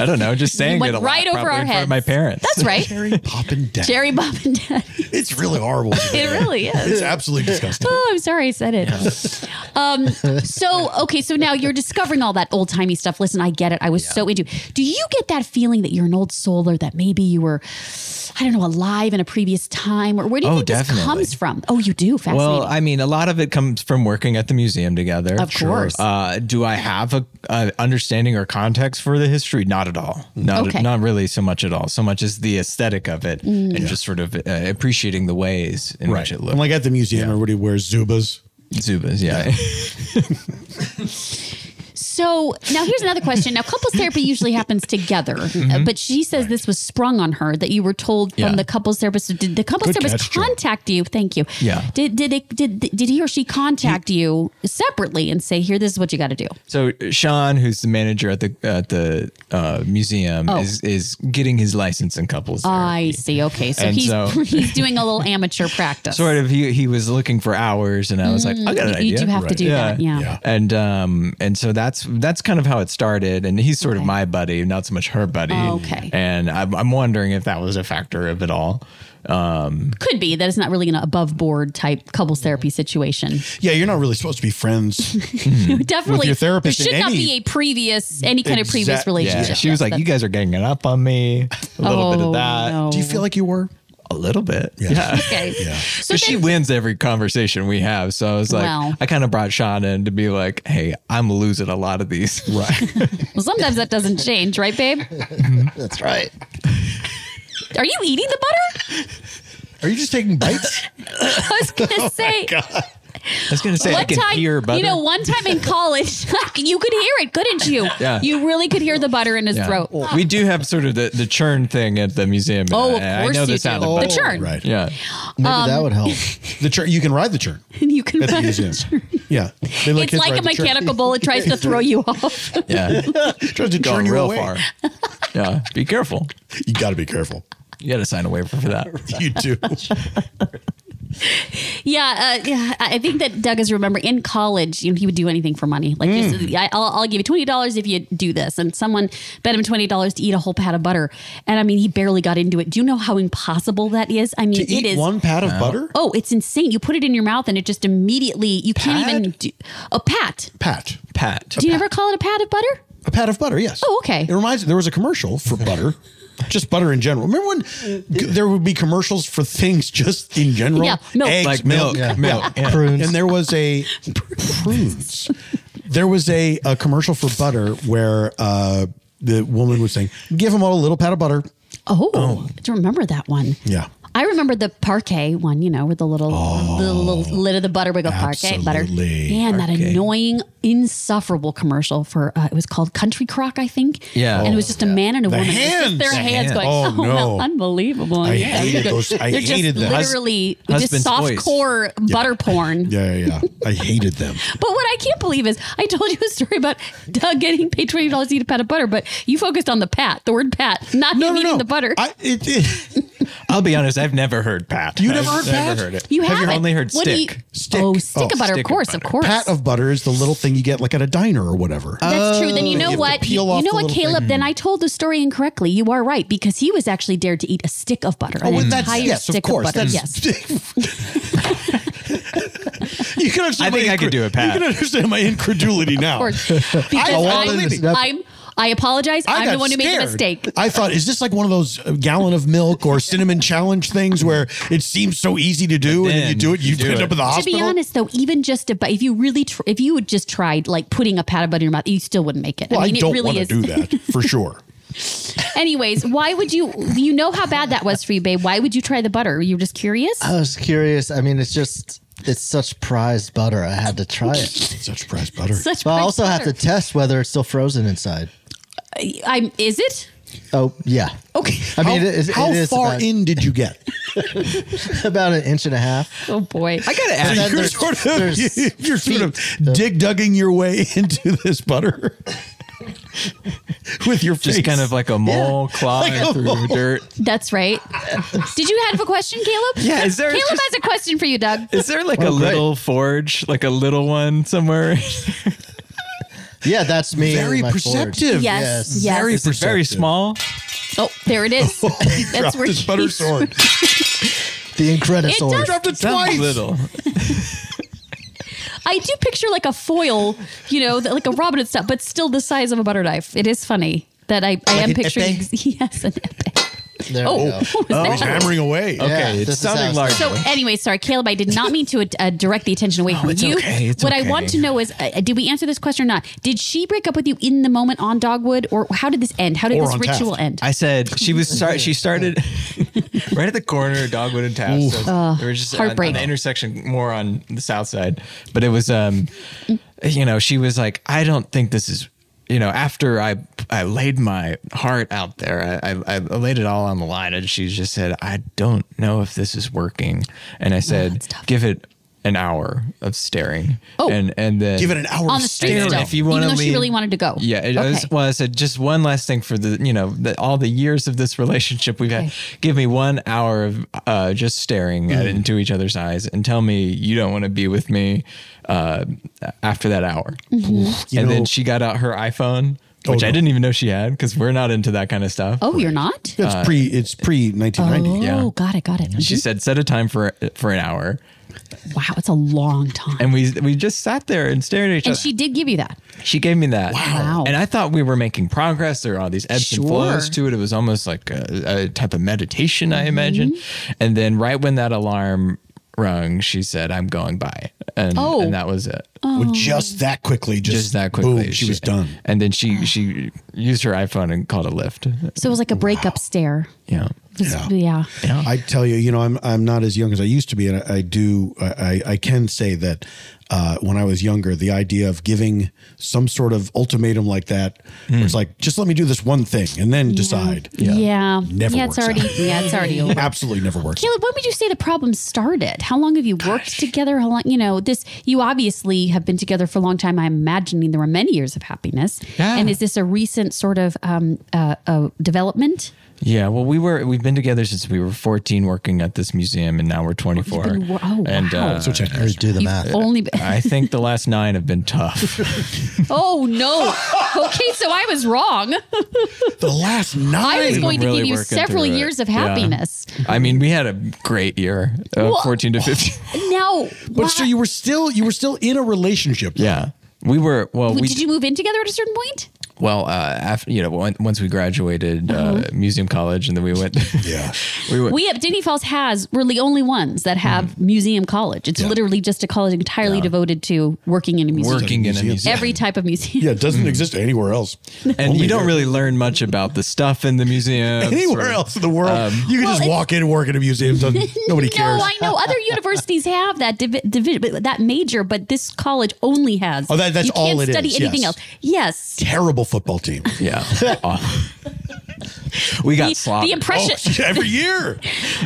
I don't know, just saying went it a right lot, over probably our in front heads. of my parents. That's right. Cherry Poppin' Daddies. Cherry Poppin' Daddies. It's really horrible. It really is. It's absolutely disgusting. Oh, I'm sorry I said it. Um, so okay, so now you're discovering all that old timey stuff. Listen, I get it. I was so into. Do you get that feeling that you're an old soul, or that maybe you were, I don't know, alive in a previous time, or where do you Oh, think definitely. this comes from? Oh, you do. Fascinating. Well, I mean, a lot of it comes from working at the museum together. Of Sure. course. Uh, do I have a, a understanding or context for the history? Not at all. Not Okay. not really so much at all. So much as the aesthetic of it Mm. and just sort of uh, appreciating the ways in Right. which it I'm looks. like at the museum, everybody wears Zubas. Zubas, yeah. So now here's another question. Now, couples therapy usually happens together, uh, but she says this was sprung on her that you were told Mm-hmm. Yeah. from the couples therapist. So Did the couples Good therapist catch, Jill. contact you? Thank you. Yeah. Did did it, did did he or she contact you separately and say, "Here, this is what you got to do"? So Sean, who's the manager at the at the uh, museum, Oh. Ah, is is getting his license in couples. I see. Okay, so And he's so- he's doing a little amateur practice. Sort of, he he was looking for hours, and I was like, Mm, I got an you- you do idea. have to Right. do that, yeah. Yeah. And um, and so that's that's kind of how it started. And he's sort of my buddy, not so much her buddy. Oh, okay. And I'm, I'm wondering if that was a factor of it all. Um, Could be that it's not really an above board type couples therapy Mm. Hmm. situation. Yeah, you're not really supposed to be friends. Definitely, with your therapist. there should in not any- be a previous any kind of previous exact- yeah. relationship. She was like, That's- you guys are ganging up on me. A little bit Oh, of that. no. Do you feel like you were? A little bit. Yeah. Okay. So she wins every conversation we have. So I was like, Wow. I kind of brought Sean in to be like, hey, I'm losing a lot of these. Right. Well, sometimes that doesn't change, right, babe? That's right. Are you eating the butter? Are you just taking bites? I was gonna say. I was going to Oh say, I one can time, hear butter. you know, one time in college, you could hear it, couldn't you? Yeah. You really could hear the butter in his Yeah. Oh, throat. We do have sort of the, the churn thing at the museum. and Oh, of I- I course know you the sound do. of The butter. churn. Right. Yeah. Maybe Um, that would help. The churn. You can ride the churn. And you can At the run- museum. Yeah. They let It's kids like ride a the churn. mechanical bullet tries to throw you off. Yeah. Tries to Going turn you real away. far. Yeah. Be careful. You got to be careful. You got to sign a waiver for that. you do. Yeah, uh, yeah, I think that Doug is remembering in college, you know, he would do anything for money. Like, Mm. this is, I, I'll, I'll give you twenty dollars if you do this, and someone bet him twenty dollars to eat a whole pat of butter, and I mean, he barely got into it. Do you know how impossible that is? I mean, To it eat is- one pat of No. butter? Oh, it's insane! You put it in your mouth, and it just immediately you can't even do a pat. Pat. Pat. Do you ever call it a pat of butter? A pat of butter, yes. Oh, okay. It reminds me, there was a commercial for butter, just butter in general. Remember when g- there would be commercials for things just in general? Yeah, milk. Eggs, Like milk, milk, yeah, milk, yeah. Prunes. And there was a prunes. There was a, a commercial for butter where uh, the woman was saying, give them all a little pat of butter. Oh, I don't remember that one. Yeah. Oh. I remember the parquet one, you know, with the little the little lid of the butter would go parquet butter. Man, that annoying, insufferable commercial for uh, it was called Country Crock, I think. Oh, Yeah. And it was just a man and a The woman. It was just hands. their The hands hands. going, Oh, oh, no. well, unbelievable. I Yeah. hated They're those- I they're hated just them. Hus- literally just husband's soft voice. core butter porn. Yeah, yeah, yeah. I hated them. But what I can't believe is I told you a story about Doug getting paid twenty dollars to eat a pat of butter, but you focused on the pat, the word pat, not him eating the butter. it, it, I'll be honest. I've never heard Pat. You I've never heard never Pat? heard it. You Have you haven't. only heard What do you- stick? Oh, stick of butter, of course, of course. Pat of butter is the little thing you get like at a diner or whatever. That's true. Then you know have to what? peel You, off you know the what, little Caleb? thing. Then I told the story incorrectly. You are right because he was actually dared to eat a stick of butter, an Oh, well, that's- entire yes, of stick course, butter. that's- yes. You can understand. I think my I could do it, Pat. You can understand my incredulity now. Of course, because I'm, I'm, I apologize. I I'm got the one who made the scared. mistake. I thought, is this like one of those uh, gallon of milk or cinnamon challenge things where it seems so easy to do, and then you do it, you, end up in the hospital. To be honest, though, even just a, bu- if you really, tr- if you had just tried like putting a pat of butter in your mouth, you still wouldn't make it. well, I, mean, don't it want really to do is. that for sure. Anyways, why would you? You know how bad that was for you, babe. Why would you try the butter? You're just curious. Uh, I was curious. I mean, it's just it's such prized butter. I had to try it. such prized butter. Such I prized also have to butter. test whether it's still frozen inside. I'm. Is it? Oh yeah. Okay. I mean, How- it is, how it is far about, in did you get? about an inch and a half. Oh boy. I gotta ask- So you're There's- sort of there's you're sort of dig dugging your way into this butter with your Just face. kind of like a mole clawing Like a through mole. dirt. That's right. Did you have a question, Caleb? Yeah, is there Caleb just- has a question for you, Doug. Is there like a little forge, like a little one somewhere? yeah, that's me. Very and my perceptive. forge. Yes, yes. Very Is it very perceptive. small? Oh, there it is. That's Dropped where his butter he- sword. The It does- Incredisaur. Dropped it Sounds twice. Little. I do picture like a foil, you know, that- like a robin and stuff, but still the size of a butter knife. It is funny that I, I Like am an picturing. Yes, an epee. There Oh, we go. what was Oh. that? hammering away. Okay, Yeah, it's this is sounding how- large. So, anyway, sorry, Caleb. I did not mean to uh, direct the attention away from it's you. okay, it's what okay. I want to know is, uh, did we answer this question or not? Did she break up with you in the moment on Dogwood, or how did this end? How did this ritual end? I said she was start, she started right at the corner of Dogwood and Taft. So Ugh, there was just heartbreak. On, on the intersection, more on the south side. But it was, um, you know, she was like, I don't think this is, you know, after I I laid my heart out there, I, I, I laid it all on the line, and she just said, I don't know if this is working. And I said, give it an hour of staring. Oh. and and then Give it an hour on the stairs, And though, If you want even though to she really wanted to go. yeah, it, I okay. just- well, I said just one last thing for the you know the, all the years of this relationship we've had. Give me one hour of uh, just staring at, Mm-hmm. into each other's eyes and tell me you don't want to be with me uh, after that hour. Mm-hmm. You And know- Oh, then she got out her iPhone, which I didn't even know she had because we're not into that kind of stuff. oh, you're not. It's Uh, pre. It's pre nineteen ninety. Oh, got it, got it. She said set a time for for an hour, wow, it's a long time. and we we just sat there and stared at each And other. she did give you that. She gave me that. Wow. And I thought we were making progress. There are all these ebbs Sure. and flows to it. It was almost like a, a type of meditation, I imagine. Mm-hmm. And then right when that alarm rung, she said, I'm going by. And, Oh. and that was it. Well, just that quickly. Just, Just that quickly. Boom, she was done. And then she she used her iPhone and called a lift. So it was like a breakup stare. Yeah. It was- Yeah. yeah. I tell you, you know, I'm I'm not as young as I used to be, and I, I do I, I I can say that uh, when I was younger, the idea of giving some sort of ultimatum like that Hmm. was like, just let me do this one thing and then decide. Yeah. Yeah. Never it's works out. already yeah, it's already over. Absolutely never works. Caleb, when would you say the problem started? How long have you worked together? How long, you know, this, you obviously have been together for a long time. I'm imagining there were many years of happiness. Yeah. And is this a recent sort of um, uh, uh, development? Yeah, well, we were we've been together since we were 14, working at this museum, and now we're 24. been wor- oh, and, uh, wow. So technically, do the You've math. only been- I think the last nine have been tough. Oh no. Okay, so I was wrong. the last nine. I was going to Really give you working several through it. years of Yeah. happiness. I mean, we had a great year, uh, Well- 14 to 15. Now, But so you were still you were still in a relationship. yeah, we were. Well, we did you move in together at a certain point? Well, uh, after you know, on- once we graduated Uh-huh. uh, museum college, and then we went. yeah, we went. We have Dignity Falls has we're the only ones that have Mm-hmm. museum college. It's literally just a college entirely deveted to working in a museum. Working in a museum. Every type of museum. it doesn't exist anywhere else. Hmm. and you don't really learn much about the stuff in the museum. Anywhere else in the world, um, you can just walk in and work in a museum. doesn't- Nobody cares. No, I know other universities have that divi- divi- but that major, but this college only has. Oh, that- that's you can't all it is, study anything yes. else. Yes. Terrible football team. Yeah. we got sloppy. The impression every year.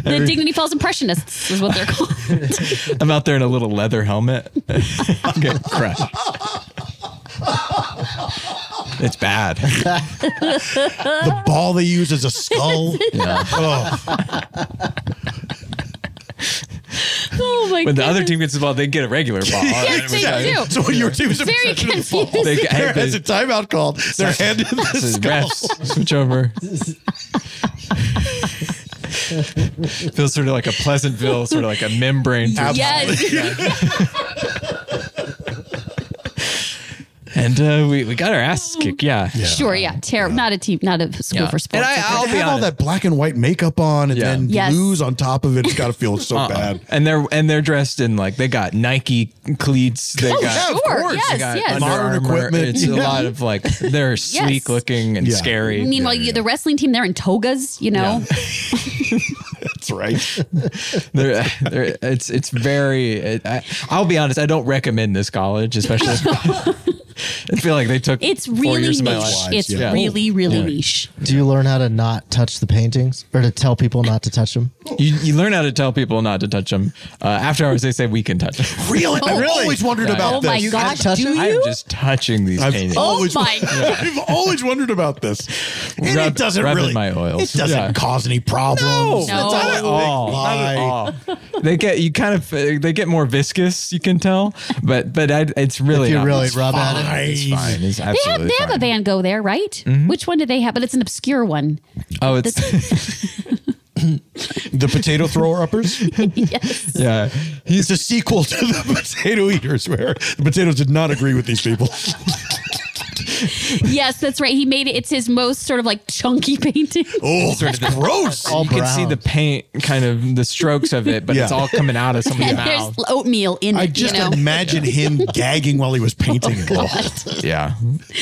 the Every- Dignity Falls Impressionists is what they're called. Oh, I'm out there in a little leather helmet. Get crushed. It's bad. the ball they use is a skull. Yeah. Oh. oh my when the other team gets the ball, they get a regular ball. Yes, they do. oh, So when your team is in Very possession of the ball, confusing. there is a timeout called. They're handed the skull. refs, switch over. Feels sort of like a Pleasantville, sort of like a membrane. And uh, we, we got our asses kicked. Yeah. Sure, yeah, terrible. Not a team, not a school Yeah. for sports. And I- I'll They be have all honest. that black and white makeup on, and Yeah. then Yes. lose on top of it. It's got to feel so Uh-uh. bad. And they're and they're dressed in like they got Nike cleats. They Oh, got sure. Of course. they Yes, got yes. Under Modern Armour. equipment. It's a Yeah. lot of like they're sleek looking and Yeah. scary. Meanwhile, you- the wrestling team, they're in togas, you know? That's right. they're, they're, it's it's very. It, I, I'll be honest. I don't recommend this college, especially. I feel like they took It's four really years niche. of my life. It's really, really niche. Do you learn how to not touch the paintings or to tell people not to touch them? You, you learn how to tell people not to touch them. Uh, after hours, they say we can touch them. Really? I've Oh, always wondered about oh my this. gosh, do I'm you? just touching these I've paintings. always, Oh my God. I've always wondered about this. And Rub- it doesn't rubbing really. my oils. It doesn't Yeah. cause any Oh, problems. No, not at all. Not at all. they get you kind of they get more viscous. You can tell, but but I, it's really If you not- really it's rub at it. fine. It's fine. It's They have, absolutely they have a fine. Mm-hmm. Van Gogh there, right? Which one do they have? But it's an obscure one. oh, it's The potato thrower uppers. yes. yeah, it's he's a sequel to the potato eaters, where the potatoes did not agree with these people. yes, that's right. He made it. It's his most sort of like chunky painting. Oh, sort of gross. you can see the paint, kind of the strokes of it, but it's Yeah. all coming out of somebody's and mouth. there's oatmeal in it. I just you know? Oh, imagine him gagging while he was painting it. Yeah,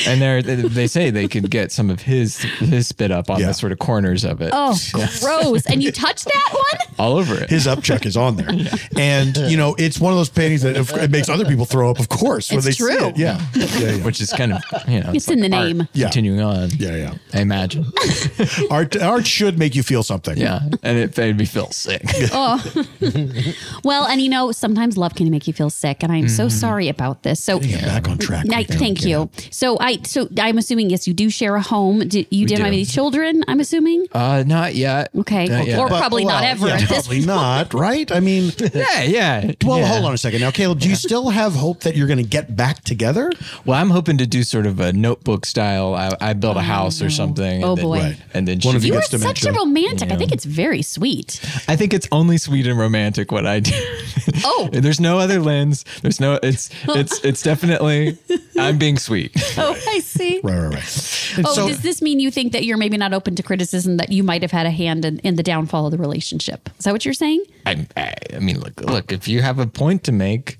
and they they say they could get some of his his spit up on the sort of corners of it, Oh, gross. And you touch that one? all over it. His upchuck is on there, and you know it's one of those paintings that of- it makes other people throw up. Of course, when It's they see true. it. Yeah, yeah, yeah. which is kind of you know It's in the art name. Yeah. continuing on yeah, yeah. I imagine Art, art should make you feel something. yeah and it made me feel sick Oh. well, and you know, sometimes love can make you feel sick, and I'm Mm-hmm. so sorry about this. So back on track. I, thank you. So I so I'm assuming yes, you do share a home. Did, you didn't have do. any children? I'm assuming. uh not yet Okay, Not cool. yet. or probably not well, ever. yeah, at this probably not, right? I mean, yeah yeah well, yeah. hold on a second. Now, Caleb, do you still have hope that you're going to get back together? well I'm hoping to do sort of a notebook style I, I built a house or something Oh, and then, boy. Right. and then One she- of you He are gets such dementia. a romantic. I think it's very sweet. I think it's only sweet and romantic what I do Oh. there's no other lens there's no it's it's it's definitely I'm being sweet Oh, I see. Right, right, right. Oh, so- does this mean you think that you're maybe not open to criticism that you might have had a hand in, in the downfall of the relationship? Is that what you're saying? I, I, I mean look look if you have a point to make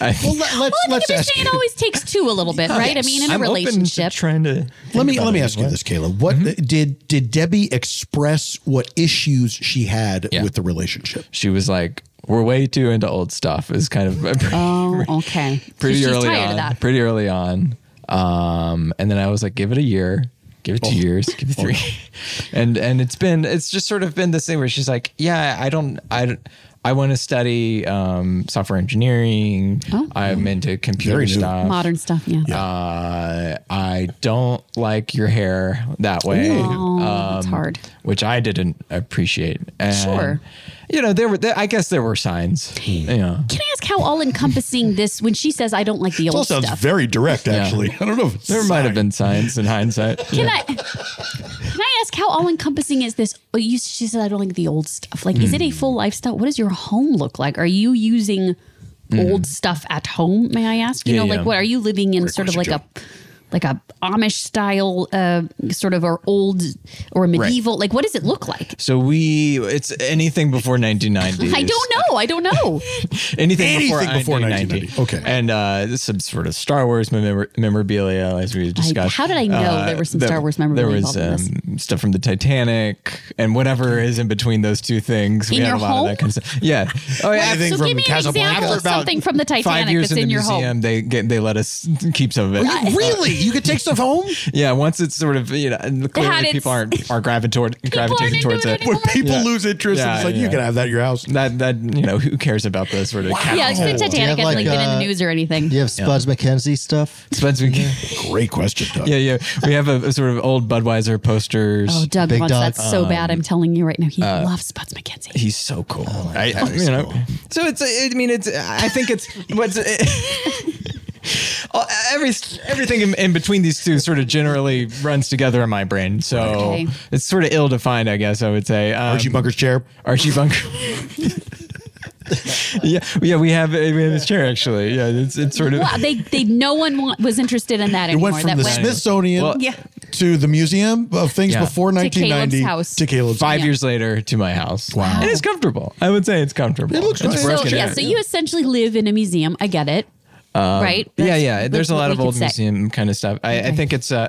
I, Well, let, us Well, let's I think if ask you're saying you. it always takes two a little bit, right? I mean, in a I'm open to relationship. trying to Let me about let me it ask you this, Caleb. Mm-hmm. What did did Debbie express? What issues she had Yeah. with the relationship? she was like, "We're way too into old stuff." Is kind of pretty, Oh, okay. So pretty she's early tired on. of that. Pretty early on, um, and then I was like, "Give it a year." give Oh. it two years, give it three, and and it's been it's just sort of been this thing where she's like, yeah, I don't, I, don't- I want to study um, software engineering. Oh. I'm Mm-hmm. into computer Very new. stuff, Modern stuff, yeah. Uh, I don't like your hair that way. Ooh, that's hard. Which I didn't appreciate. And, Sure. You know, there were. There, I guess there were signs. Hmm. You know. Can I ask how all encompassing this when she says I don't like the old stuff? very direct, actually. I don't know. If there might have been signs in hindsight. Can I can I ask how all encompassing is this? Oh, You, she says I don't like the old stuff. Like, is it a full lifestyle? What does your home look like? Are you using Mm. old stuff at home? May I ask? You Yeah, know, yeah. like what are you living in? sort of like a like a Amish style, uh, sort of or old or medieval. Like, what does it look like? So we, it's anything before 1990. I don't know. I don't know. Anything, Anything before, before 1990. Okay. And uh, there's some sort of Star Wars memor- memorabilia, as we discussed. Uh, how did I know there was some Star Wars memorabilia There was involved in um, stuff from the Titanic and whatever is in between those two things. In we had your a lot home? of that kind of stuff. Yeah. Oh, yeah. so give me an example of something from the Five Titanic years that's in, in the your museum, home. they get, they let us keep some of What? it. Really? You could take stuff home? Yeah, once it's sort of you know and Had clearly its- people aren't are gravitating gravitating towards it. When people Yeah. lose interest, Yeah, it's like you yeah. can have that at your house. That that you know who cares about the sort of Yeah, it's been Titanic. hasn't, like, been in the news or anything. Do you have Spuds McKenzie stuff? Spuds McKenzie. Great question, Yeah, yeah. We have a, a sort of old Budweiser posters. Oh, Doug wants that so Um, bad. I'm telling you right now. He uh, loves Spuds McKenzie. He's so cool. I, God, I- he's you know. So it's. I mean, it's. I think it's. What's all- Every everything in, in between these two sort of generally runs together in my brain, so Okay. it's sort of ill-defined, I guess I would say. Um, Archie Bunker's chair. Archie Bunker. yeah, yeah, we have we have his chair actually. Yeah, it's it's sort of. Wow, they, they, no one wa- was interested in that It anymore. went from that the Smithsonian Well- Yeah. to the Museum of Things Yeah. before To Caleb's 1990 house. to Caleb's Five years later to my house. Wow, it is comfortable. I would say it's comfortable. It looks So, yeah, so you essentially live in a museum. I get it. Um, Right? Yeah, That's- yeah. that's There's a what lot we of could old say. museum kind of stuff. I, I think it's uh,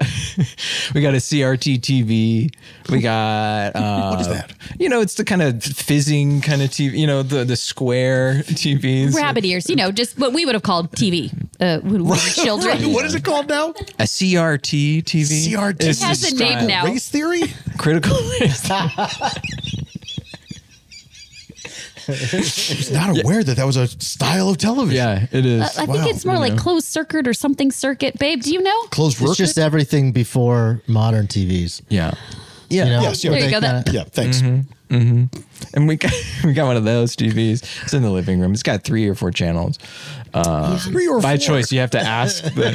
we got a CRT TV. We got uh, What is that? You know, it's the kind of fizzing kind of TV. You know, the the square TVs. Rabbit ears, you know, just what we would have called TV uh, when we were children. What is it called now? A CRT TV. CRT It's It has a described- name now. Race theory? Critical race. I was not aware that that was a style of television. Yeah, it is. Uh, I think it's more like closed circuit or something circuit, babe. Do you know? It's just everything before modern TVs. Yeah. Yeah. Yes, yeah. There you go, that- yeah. Thanks. hmm And we got we got one of those TVs. It's in the living room. It's got three or four channels. Uh, Three or by four. choice. You have to ask. The,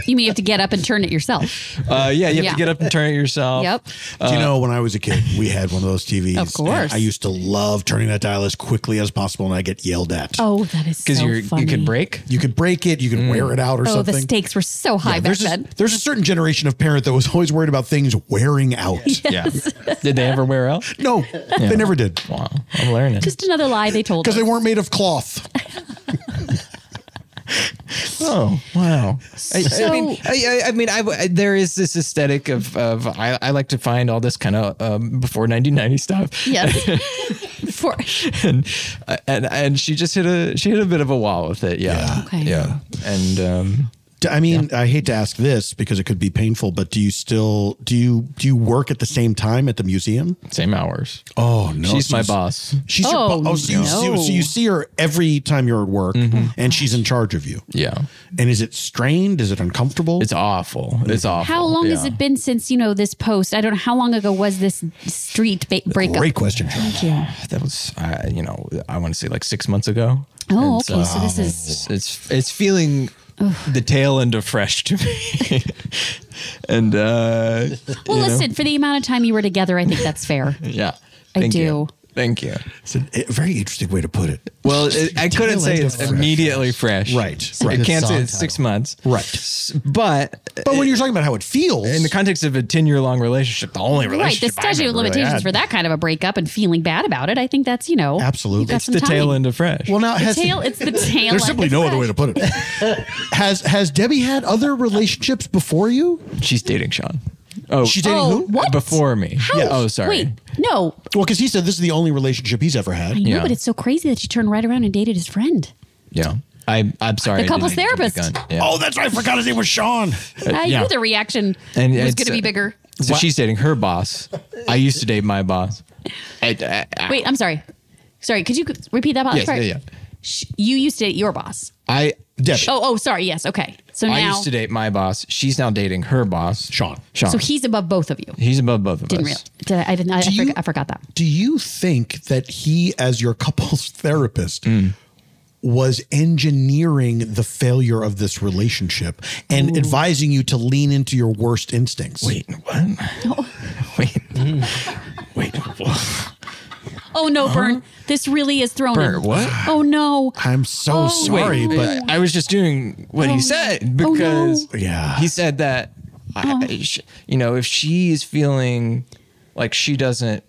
You mean you have to get up and turn it yourself. Uh, yeah, you have Yeah. to get up and turn it yourself. Yep. Do Uh, you know when I was a kid, we had one of those TVs. Of and course. I used to love turning that dial as quickly as possible, and I get yelled at. Oh, that is so funny. break. You could break it. You Mm. could wear it out or oh, something. the stakes were so high Yeah, back there's, a, then. there's a certain generation of parent that was always worried about things wearing out. Yes. Did they ever wear out? No, Yeah. they never did. Wow, I'm learning. Just another lie they told us. Because they weren't made of cloth. Oh wow! I, I So- mean, I, I, I mean, I, I- there is this aesthetic of of I, I like to find all this kind of um, before 1990 stuff. Yes. For and and and she just hit a she hit a bit of a wall with it. Yeah. Yeah. Okay. And um, D- I mean, I hate to ask this because it could be painful, but do you still do you do you work at the same time at the museum? Same hours. Oh no, She's my it's- boss. She's your Oh, boss. Oh, so, you, so, you- so you no. see her every time you're at work, and she's in charge of you. Yeah. And is it strained? Is it uncomfortable? It's awful. It's awful. How long has it been since you know this post? I don't know how long ago was this street ba- breakup. Great question. Thank you. that was uh, you know I want to say like six months ago. Oh, And okay. So this is it's it's, it's feeling the tail end of fresh to me. and uh, well. you know, Listen, for the amount of time you were together, I think that's fair. yeah, I Thank do. you. Thank you. It's a a very interesting way to put it. Well, it, I couldn't Tail say end it's of fresh. immediately fresh. Right, I right. can't say Good it's song six months. Right. But but when you're talking about how it feels in the context of a ten year long relationship, the only Right, the relationship I've statute of ever really limitations had. for that kind of a breakup and feeling bad about it. I think that's you know Absolutely. you've got It's some the time. tail end of fresh. Well, now the has tail. It's the tail. There's simply no other way to put it. has Has Debbie had other relationships before you? She's dating Sean. Oh, she's dating Oh, who? what? Before me. How? Yes. Oh, sorry. Wait, no. Well, because he said this is the only relationship he's ever had. I know, but it's so crazy that she turned right around and dated his friend. yeah. I, I'm sorry. The I didn't couple's mean to jump the therapist. gun. Yeah. Oh, that's right. I forgot his name was Sean. I Uh, Yeah. Uh, knew the reaction And was it's- uh, going to be bigger. So she's dating her boss. I used to date my boss. I- I- I- Wait, I'm sorry. Sorry, could you repeat that part? Yes, Sorry. yeah, yeah. Sh- You used to date your boss. I Debbie. Oh, oh, sorry. Yes. Okay. So I now, used to date my boss. She's now dating her boss, Sean. Sean. so he's above both of you. he's above both of Didn't us. real. Did I, I didn't. I, I, forgot, I forgot that. Do you think that he, as your couple's therapist, was engineering the failure of this relationship and advising you to lean into your worst instincts? Wait, what? Wait. Wait. Oh no, Bern. This really is thrown. Bern, in. what? Oh no. I'm so Oh. sorry, Wait, but I was just doing what Oh. he said Oh, no. Oh. because yeah, he said that I, I sh- you know if she's feeling like she doesn't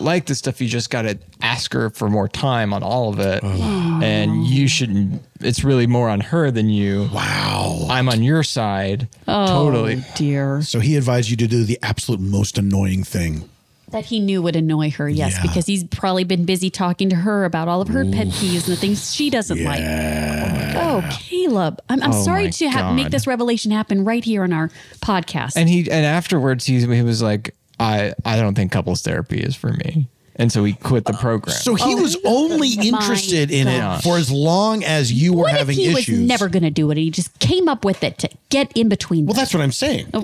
like the stuff, you just gotta ask her for more time on all of it, Oh. and you shouldn't. It's really more on her than you. Wow, I'm on your side. Oh, totally, dear. So he advised you to do the absolute most annoying thing. That he knew would annoy her, yes, Yeah. because he's probably been busy talking to her about all of her pet peeves and the things she doesn't like. Oh, Caleb, I'm, I'm Oh, sorry my to ha- make God. this revelation happen right here on our podcast. And he and afterwards he he was like, I I don't think couples therapy is for me, and so he quit the program. Uh, So he was only my interested in God. it for as long as you were what if having he issues. was never going to do it? He just came up with it to get in between. Well, that's what I'm saying. Oh,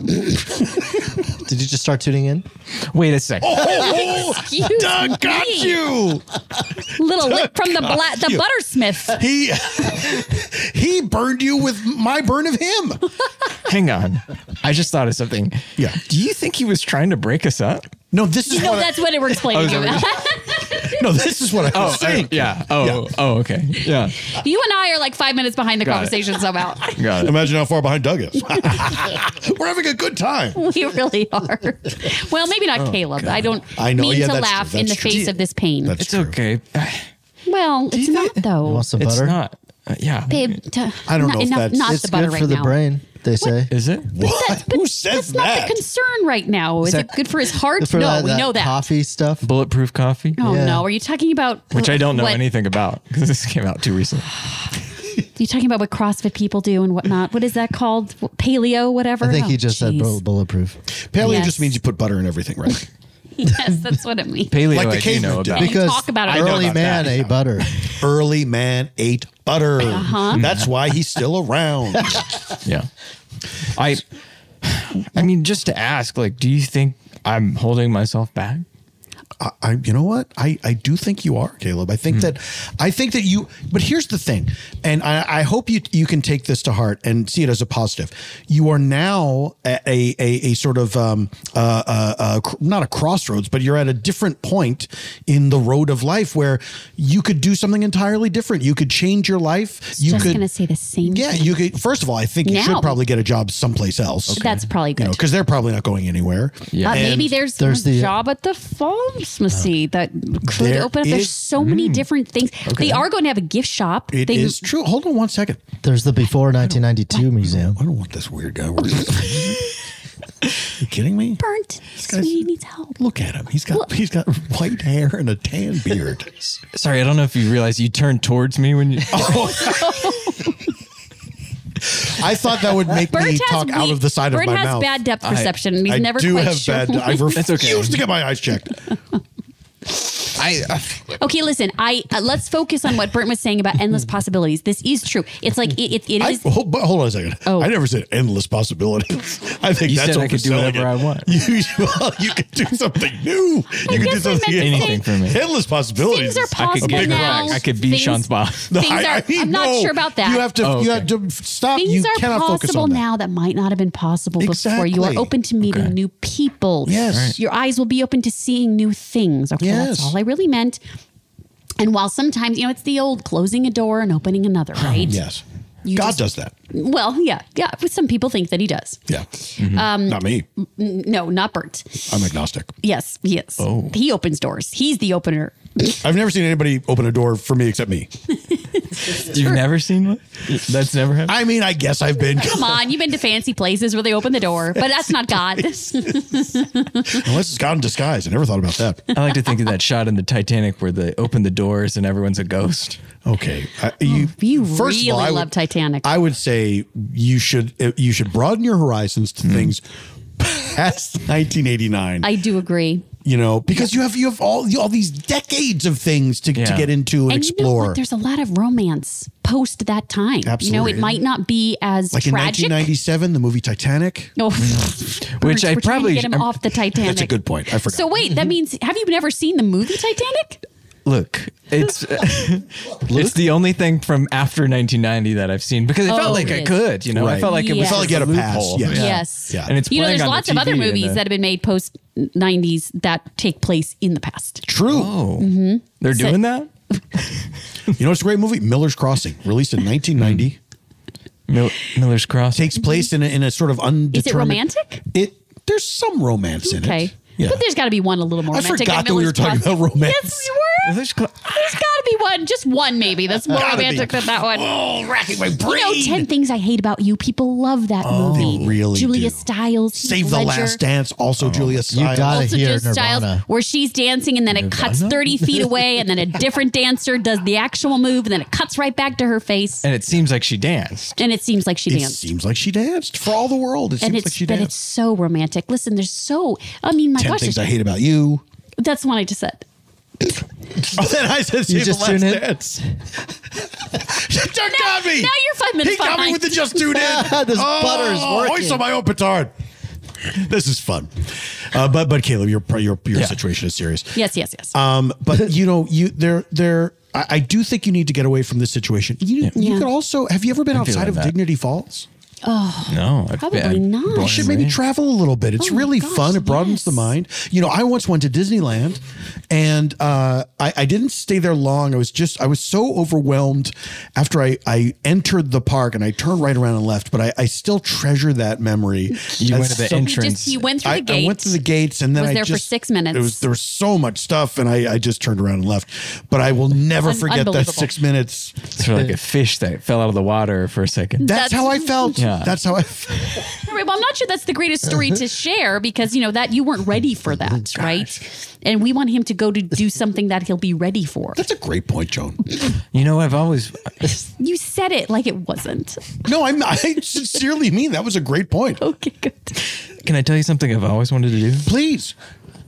Did you just start tuning in? Wait a second. Oh, Excuse Doug got me. you. Little lick from the God, bla- the you- buttersmith. He he burned you with my burn of him. Hang on, I just thought of something. Yeah. Do you think he was trying to break us up? No, this You know, that's what it was Oh, playing is that about. No, this is what I Oh, was saying. I- yeah. Oh, oh, okay. Yeah. you and I are like five minutes behind the Got it. conversation somehow. Got it. Imagine how far behind Doug is. We're having a good time. We really are. Well, maybe not Oh, Caleb. God. I don't I know. mean Yeah, to that's laugh true. in the That's true. face of this pain. it's okay. well, it's not though. It's not. uh, yeah. Babe, t- I not, enough- not the butter good right for the now. brain. They say. Is it? That's, but Who says that's not the concern right now. Is Is it good for his heart? For no, that- we that know that. coffee stuff. Bulletproof coffee. Oh no, are you talking about Which I don't know what- anything about because this came out too recently. You talking about what CrossFit people do and whatnot? What is that called? What- Paleo, whatever. I think he Oh, just jeez. said bull- bulletproof. Paleo Yes. just means you put butter in everything, right? yes, that's what it means. Paleo, Like the I do caveman know did. about. We didn't talk about it. early about man that. ate butter. Early man ate butter. Uh-huh. That's why he's still around. Yeah. I I mean, just to ask, like, do you think I'm holding myself back? I, I you know what I, I do think you are Caleb I think that I think that you but here's the thing and I, I hope you you can take this to heart and see it as a positive you are now at a a, a sort of um uh, uh, uh cr- not a crossroads but you're at a different point in the road of life where you could do something entirely different you could change your life you just could gonna say the same. yeah thing. you could first of all I think you Now. should probably get a job someplace else That's probably good. you know because they're probably not going anywhere Uh, And maybe there's, there's a uh, the- job at the pharmacy that could There open up. There's is- so many Hmm. different things. They are going to have a gift shop. It is they, true. Hold on one second. There's the before 1992 museum. I don't want this weird guy. working. you kidding me? Burnt. Sweetie needs help. Look at him. He's got he's got white hair and a tan beard. Sorry, I don't know if you realize you turned towards me when you. I thought that would make Bert me has talk out weak- of the side Bert of my has mouth. bad depth perception, and he's I never do quite have sure bad. I why. refuse That's okay. to get my eyes checked. I Okay, listen. I uh, let's focus on what Burnt was saying about endless possibilities. This is true. It's like it, it, it Hmm. I, is. hold, but hold on a second. Oh. I never said endless possibilities. I think You that's said I could do overselling whatever it. I want. You, well, you could do something new. You could do guess I meant something to say- Anything for me. Endless possibilities. Things are I could possible get now. I could be Things- Sean's boss. things are. I, am not no. sure about that. You have to. Oh, You okay. have to stop. Things you are cannot possible focus on that. now that might not have been possible before. You are Exactly. open to meeting new people. Yes. Right. Your eyes will be open to seeing new things. Okay. That's Yes. all I really meant. And while sometimes, you know, it's the old closing a door and opening another, right? Yes. You God just- does that. Well, yeah. Yeah. But some people think that he does. Yeah. Um, Mm-hmm. Not me. N- No, not Bert. I'm agnostic. Yes, yes. Oh. He opens doors. He's the opener. I've never seen anybody open a door for me except me. You've never seen one? That's never happened. I mean, I guess I've been. Come on, you've been to fancy places where they open the door, but that's not God. Unless it's God in disguise. I never thought about that. I like to think of that shot in the Titanic where they open the doors and everyone's a ghost. Okay. I, Oh, you you First of really all, I would- love Titanic. I would say you should eh, you should broaden your horizons to things past 1989. I do agree. you know, because you have you have all all these decades of things to, to Yeah. get into and, you know explore. what? There's a lot of romance post that time. You know, Absolutely. it might not be as like in tragic. 1997, the movie Titanic, Oh, which we're, I we're trying probably to get him I'm- off the Titanic. That's a good point. I forgot. So wait, that means have you never seen the movie Titanic? Look, it's it's the only thing from after 1990 that I've seen because it Oh, felt like it I is. could, you know, I Right. felt like it was Yes. Felt like you had just a pass, loophole. yes. Yeah. Yes. and it's you know, playing there's on the lots of other TV and movies the- that have been made post '90s that take place in the past. True. hmm They're So- doing that? you know, it's a great movie, Miller's Crossing, released Mm-hmm. in 1990. Miller's Crossing takes place in a, in a sort of undetermined. Mm-hmm. Is it romantic? It there's some romance in it. Okay. Yeah. But there's got to be one a little more I romantic. forgot that than we Miller's were talking Crossing. about romance. Yes, we were. There's got to be one, just one maybe, that's more Gotta be. romantic than that one. Oh, racking my You know, brain. 10 Things I Hate About You. People love that Oh, they movie. really Julia Stiles. Heath Save the Ledger. Last Dance. Oh, Also, Julia Stiles. also Julia Stiles, where she's dancing and then it cuts 30 feet away, and then a different dancer does the actual move, and then it cuts right back to her face. And it seems like she danced. And it seems like she It danced. seems like she danced for all the world. It and seems it's like she but danced. it's so romantic. Listen, there's so I mean, my Ten gosh, things I there's- hate about you. That's the one I just said. Oh, then I said You save just the last tune in? dance. Chuck got me. now you're five minutes He got me behind. with the just tune in. This butter is Voice working. on my own petard. This is fun, uh, but but Caleb, your your your situation is serious. Yes, yes, yes. Um, but you know, you there there. I, I do think you need to get away from this situation. You you Yeah. could also have you ever been I'm outside feeling of that. Dignity Falls? Oh, No, Probably not. Oh, You should maybe travel a little bit. It's Oh my really gosh, fun. It broadens the mind. You know, I once went to Disneyland, and uh, I, I didn't stay there long. I was just I was so overwhelmed after I I entered the park and I turned right around and left. But I, I still treasure that memory. You as went to the some- entrance. Just- you went through I, the I went gate. through the gates and then Was I there for just- six minutes. It was there was so much stuff, and I, I just turned around and left. But I will never Un- forget that unbelievable. six minutes. It's sort of like a fish that fell out of the water for a second. That's, how I felt. Yeah. That's how I. Right, well, I'm not sure that's the greatest story to share because you know that you weren't ready Oh, for that, right? And we want him to go to do something that he'll be ready for. That's a great point, Joan. You know, I've always You said it like it wasn't. No, I'm, I sincerely mean that was a great point. Okay, good. Can I tell you something I've always wanted to do? Please.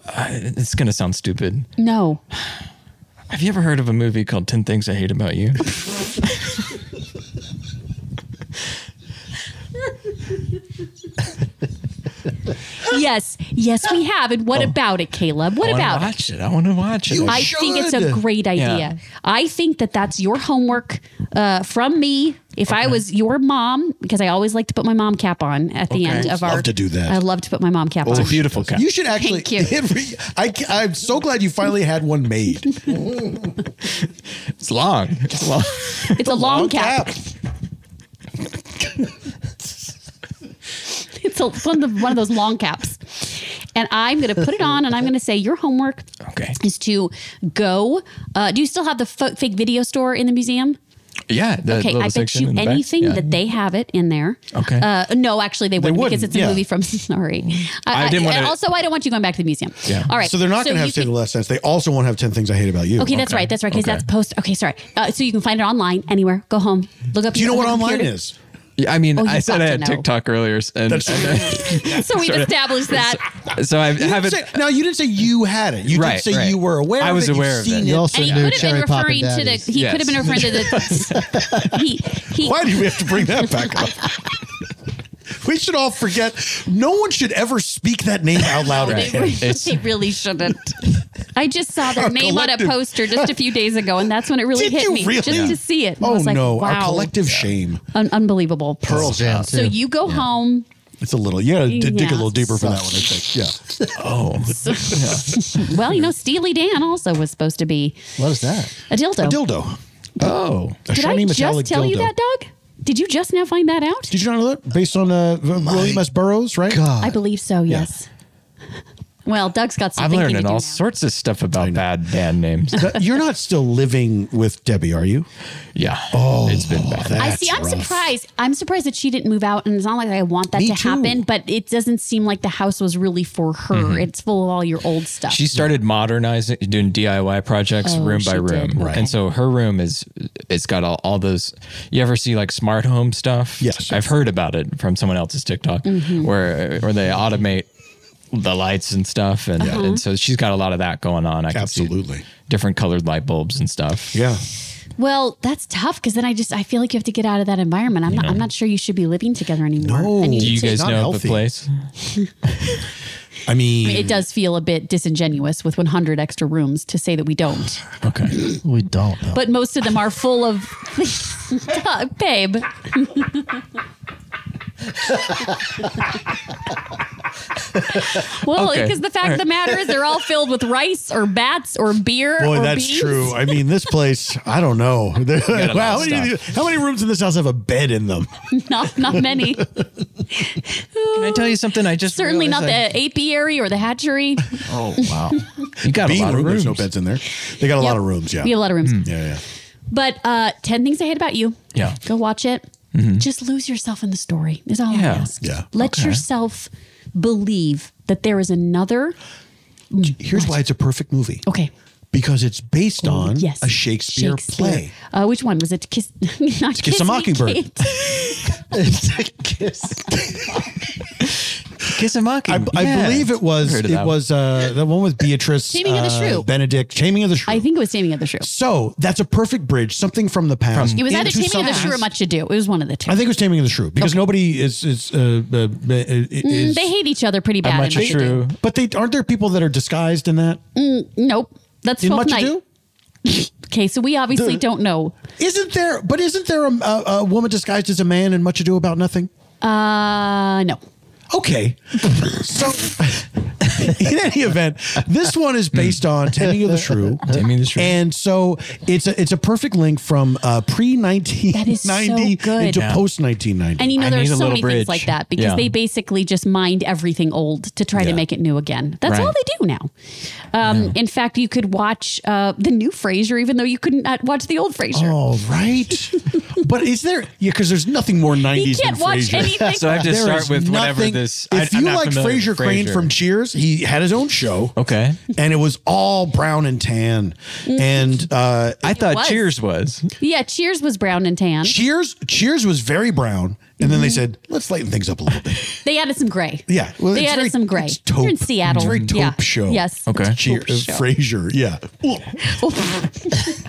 Uh, it's going to sound stupid. No. Have you ever heard of a movie called 10 Things I Hate About You? Yes, yes, we have. And what about it, Caleb? Oh. What I wanna about it? watch it? I want to watch it. I think it's a great idea. Yeah. I think that that's your homework uh, from me. If I was your mom, because I always like to put my mom cap on at the Okay. end of Love our. to do that. I love to put my mom cap on. You should actually. Thank you. Every- I, am so glad you finally had one made. It's long. It's long. It's a long, cap. it's a, one, of the, one of those long caps. And I'm going to put it on and I'm going to say your homework is to go. Uh, do you still have the fo- fake video store in the museum? Yeah. the okay, little I bet section you in the back. anything Yeah. that they have it in there. Okay. Uh, no, actually, they wouldn't, because wouldn't, it's a yeah. movie from. Sorry. Uh, I didn't wanna- and Also, I don't want you going back to the museum. All right. So they're not going to have you Say the Last Dance. They also won't have 10 Things I Hate About You. Okay, that's right. That's right. Because that's post. Okay, sorry. Uh, so you can find it online anywhere. Go home. Look up. Do you know your- what your online computer. is? Yeah, I mean, Oh, you I said got I to had know. TikTok earlier, s- and, So we've Sorta. established that. and so I You didn't haven't. say, now, you didn't say you had it. You Right, did say right. you were aware I of was it. You've aware of seen that. it. You also And he could have been referring to the. He Yes. could have been referring to the. he, he, Why do we have to bring that back up? We should all forget. No one should ever speak that name out loud They, again. really, they really shouldn't. I just saw their Our name on a collective- poster just a few days ago, and that's when it really Did hit you me. really? Just Yeah. to see it. And I oh was like, no, our wow. collective shame. Un- unbelievable. Pearl Jam, So too. you go home. It's a little, yeah, d- dig Yeah. a little deeper for that one, I think. Yeah. Oh. well, you know, Steely Dan also was supposed to be What is that? a dildo. A dildo. Oh. A Did shiny I metallic just tell you dildo. that, Doug? Did you just now find that out? Did you not know that? Based on uh, William S. Burroughs, right? I believe so. Yes. Well, Doug's got some I'm thinking to learning do. all sorts of stuff about bad band names. You're not still living with Debbie, are you? Yeah. Oh, it's been bad. I see. I'm surprised. I'm surprised that she didn't move out, and it's not like I want that Me to too. happen. But it doesn't seem like the house was really for her. Mhm. It's full of all your old stuff. She started modernizing, doing DIY projects Oh, room by she room, did. and so her room is it's got all, all those. You ever see like smart home stuff? Yes, I've heard about it from someone else's TikTok, Mm-hmm. Mhm. where where they automate the lights and stuff, and Uh-huh. Yeah. and so she's got a lot of that going on. I absolutely different colored light bulbs and stuff. Yeah, Well, that's tough because then I just I feel like you have to get out of that environment. I'm not. I'm not sure you should be living together anymore. do And you to- guys know of the place? I I mean, mean, it does feel a bit disingenuous with 100 extra rooms to say that we don't. Okay, we don't. Know. But most of them are full of, Doug, babe. well, Okay. because the fact of the matter is, they're all filled with rice or bats or beer. Boy, or that's beans. true. I mean, this place, I don't know. got a lot wow, of what do you- how many rooms in this house have a bed in them? not not many. Can I tell you something? I just Certainly not realized I- the apiary or the hatchery. Oh wow, you got a lot of There's no beds in there. They got a lot of rooms. Yeah, We have a lot of rooms. Yeah, But uh, ten things I hate about you. yeah, Go watch it. Mhm. Just lose yourself in the story. Is all I ask. yeah. Let yourself believe that there is another. Here's why it's a perfect movie. Okay. Because it's based on Oh, yes. a Shakespeare, play. Uh, which one was it? Kiss, not To kiss, Kiss a Me, Mockingbird. Kate. Kiss a Mockingbird. I, Yeah. believe it was Heard it of that was uh, the one with Beatrice, Taming of the uh, Shrew. Benedict, Taming of the Shrew. I think it was Taming of the Shrew. So that's a perfect bridge, something from the past. It was either into Taming of the something- Shrew or Much Ado. It was one of the two. I think it was Taming of the Shrew because nobody is is, uh, uh, uh, Mm, is they hate each other pretty bad. in Much Ado. But they aren't there people that are disguised in that? Mm, nope. That's In Twelfth Much Night. Ado? okay, so we obviously The- don't know. Isn't there? But isn't there a, a, a woman disguised as a man in Much Ado About Nothing? Uh, no. Okay. so, in any event, this one is based on Taming of the Shrew. Taming the Shrew. And so it's a it's a perfect link from uh, pre nineteen so ninety good. into Yeah. post nineteen ninety. And you know, there's so many things like that because they basically just mined everything old to try to Yeah. make it new again. That's all Right. they do now. Um, In fact, you could watch uh, the new Frasier, even though you couldn't uh, watch the old Frasier. Oh right, but is there? Yeah, because there's nothing more nineties than can't watch Frasier. anything. So I have to There start is with whatever nothing- this- I- If I'm you not like familiar with Frasier Crane Frasier. from Cheers, he had his own show. Okay, and it was all brown and tan, Mm-hmm. and uh, I thought was. Cheers was. Oh. Yeah, Cheers was brown and tan. Cheers, Cheers was very brown, and then they Mm-hmm. said, "Let's lighten things up a little bit." They added some gray. Yeah, well, they it's added very- some gray. it's You're in taupe. Seattle. It's a very taupe yeah. show. Yes. It's a taupe Cheers, show. Frasier.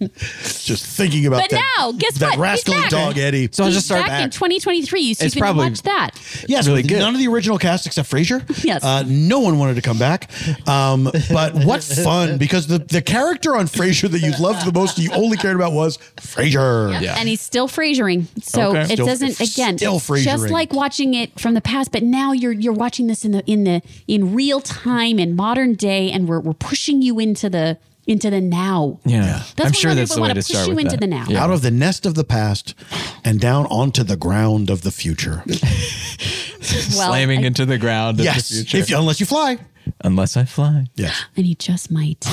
Yeah, just thinking about But that. now, guess that what? He's rascally back. dog Eddie. So He's back in 2023. So It's you can probably- watch that. Yes, really good. None of the original cast except Frasier. Yes. Uh, no one wanted to come back. Um, but what fun because the, the character on Frasier that you loved the most, you only cared about was Frasier. And he's still Frasiering. So Okay. it Still- doesn't again still just Frasiering. like watching it from the past, but now you're you're watching this in the in the in real time in modern day and we're we're pushing you into the into the now. Yeah, That's I'm what sure that's the people way wanna to push start you with into that. the now. Yeah. Out of the nest of the past and down onto the ground of the future. Well, slamming I- into the ground. of Yes, the future. if you- unless you fly. Unless I fly. Yes. And he just might.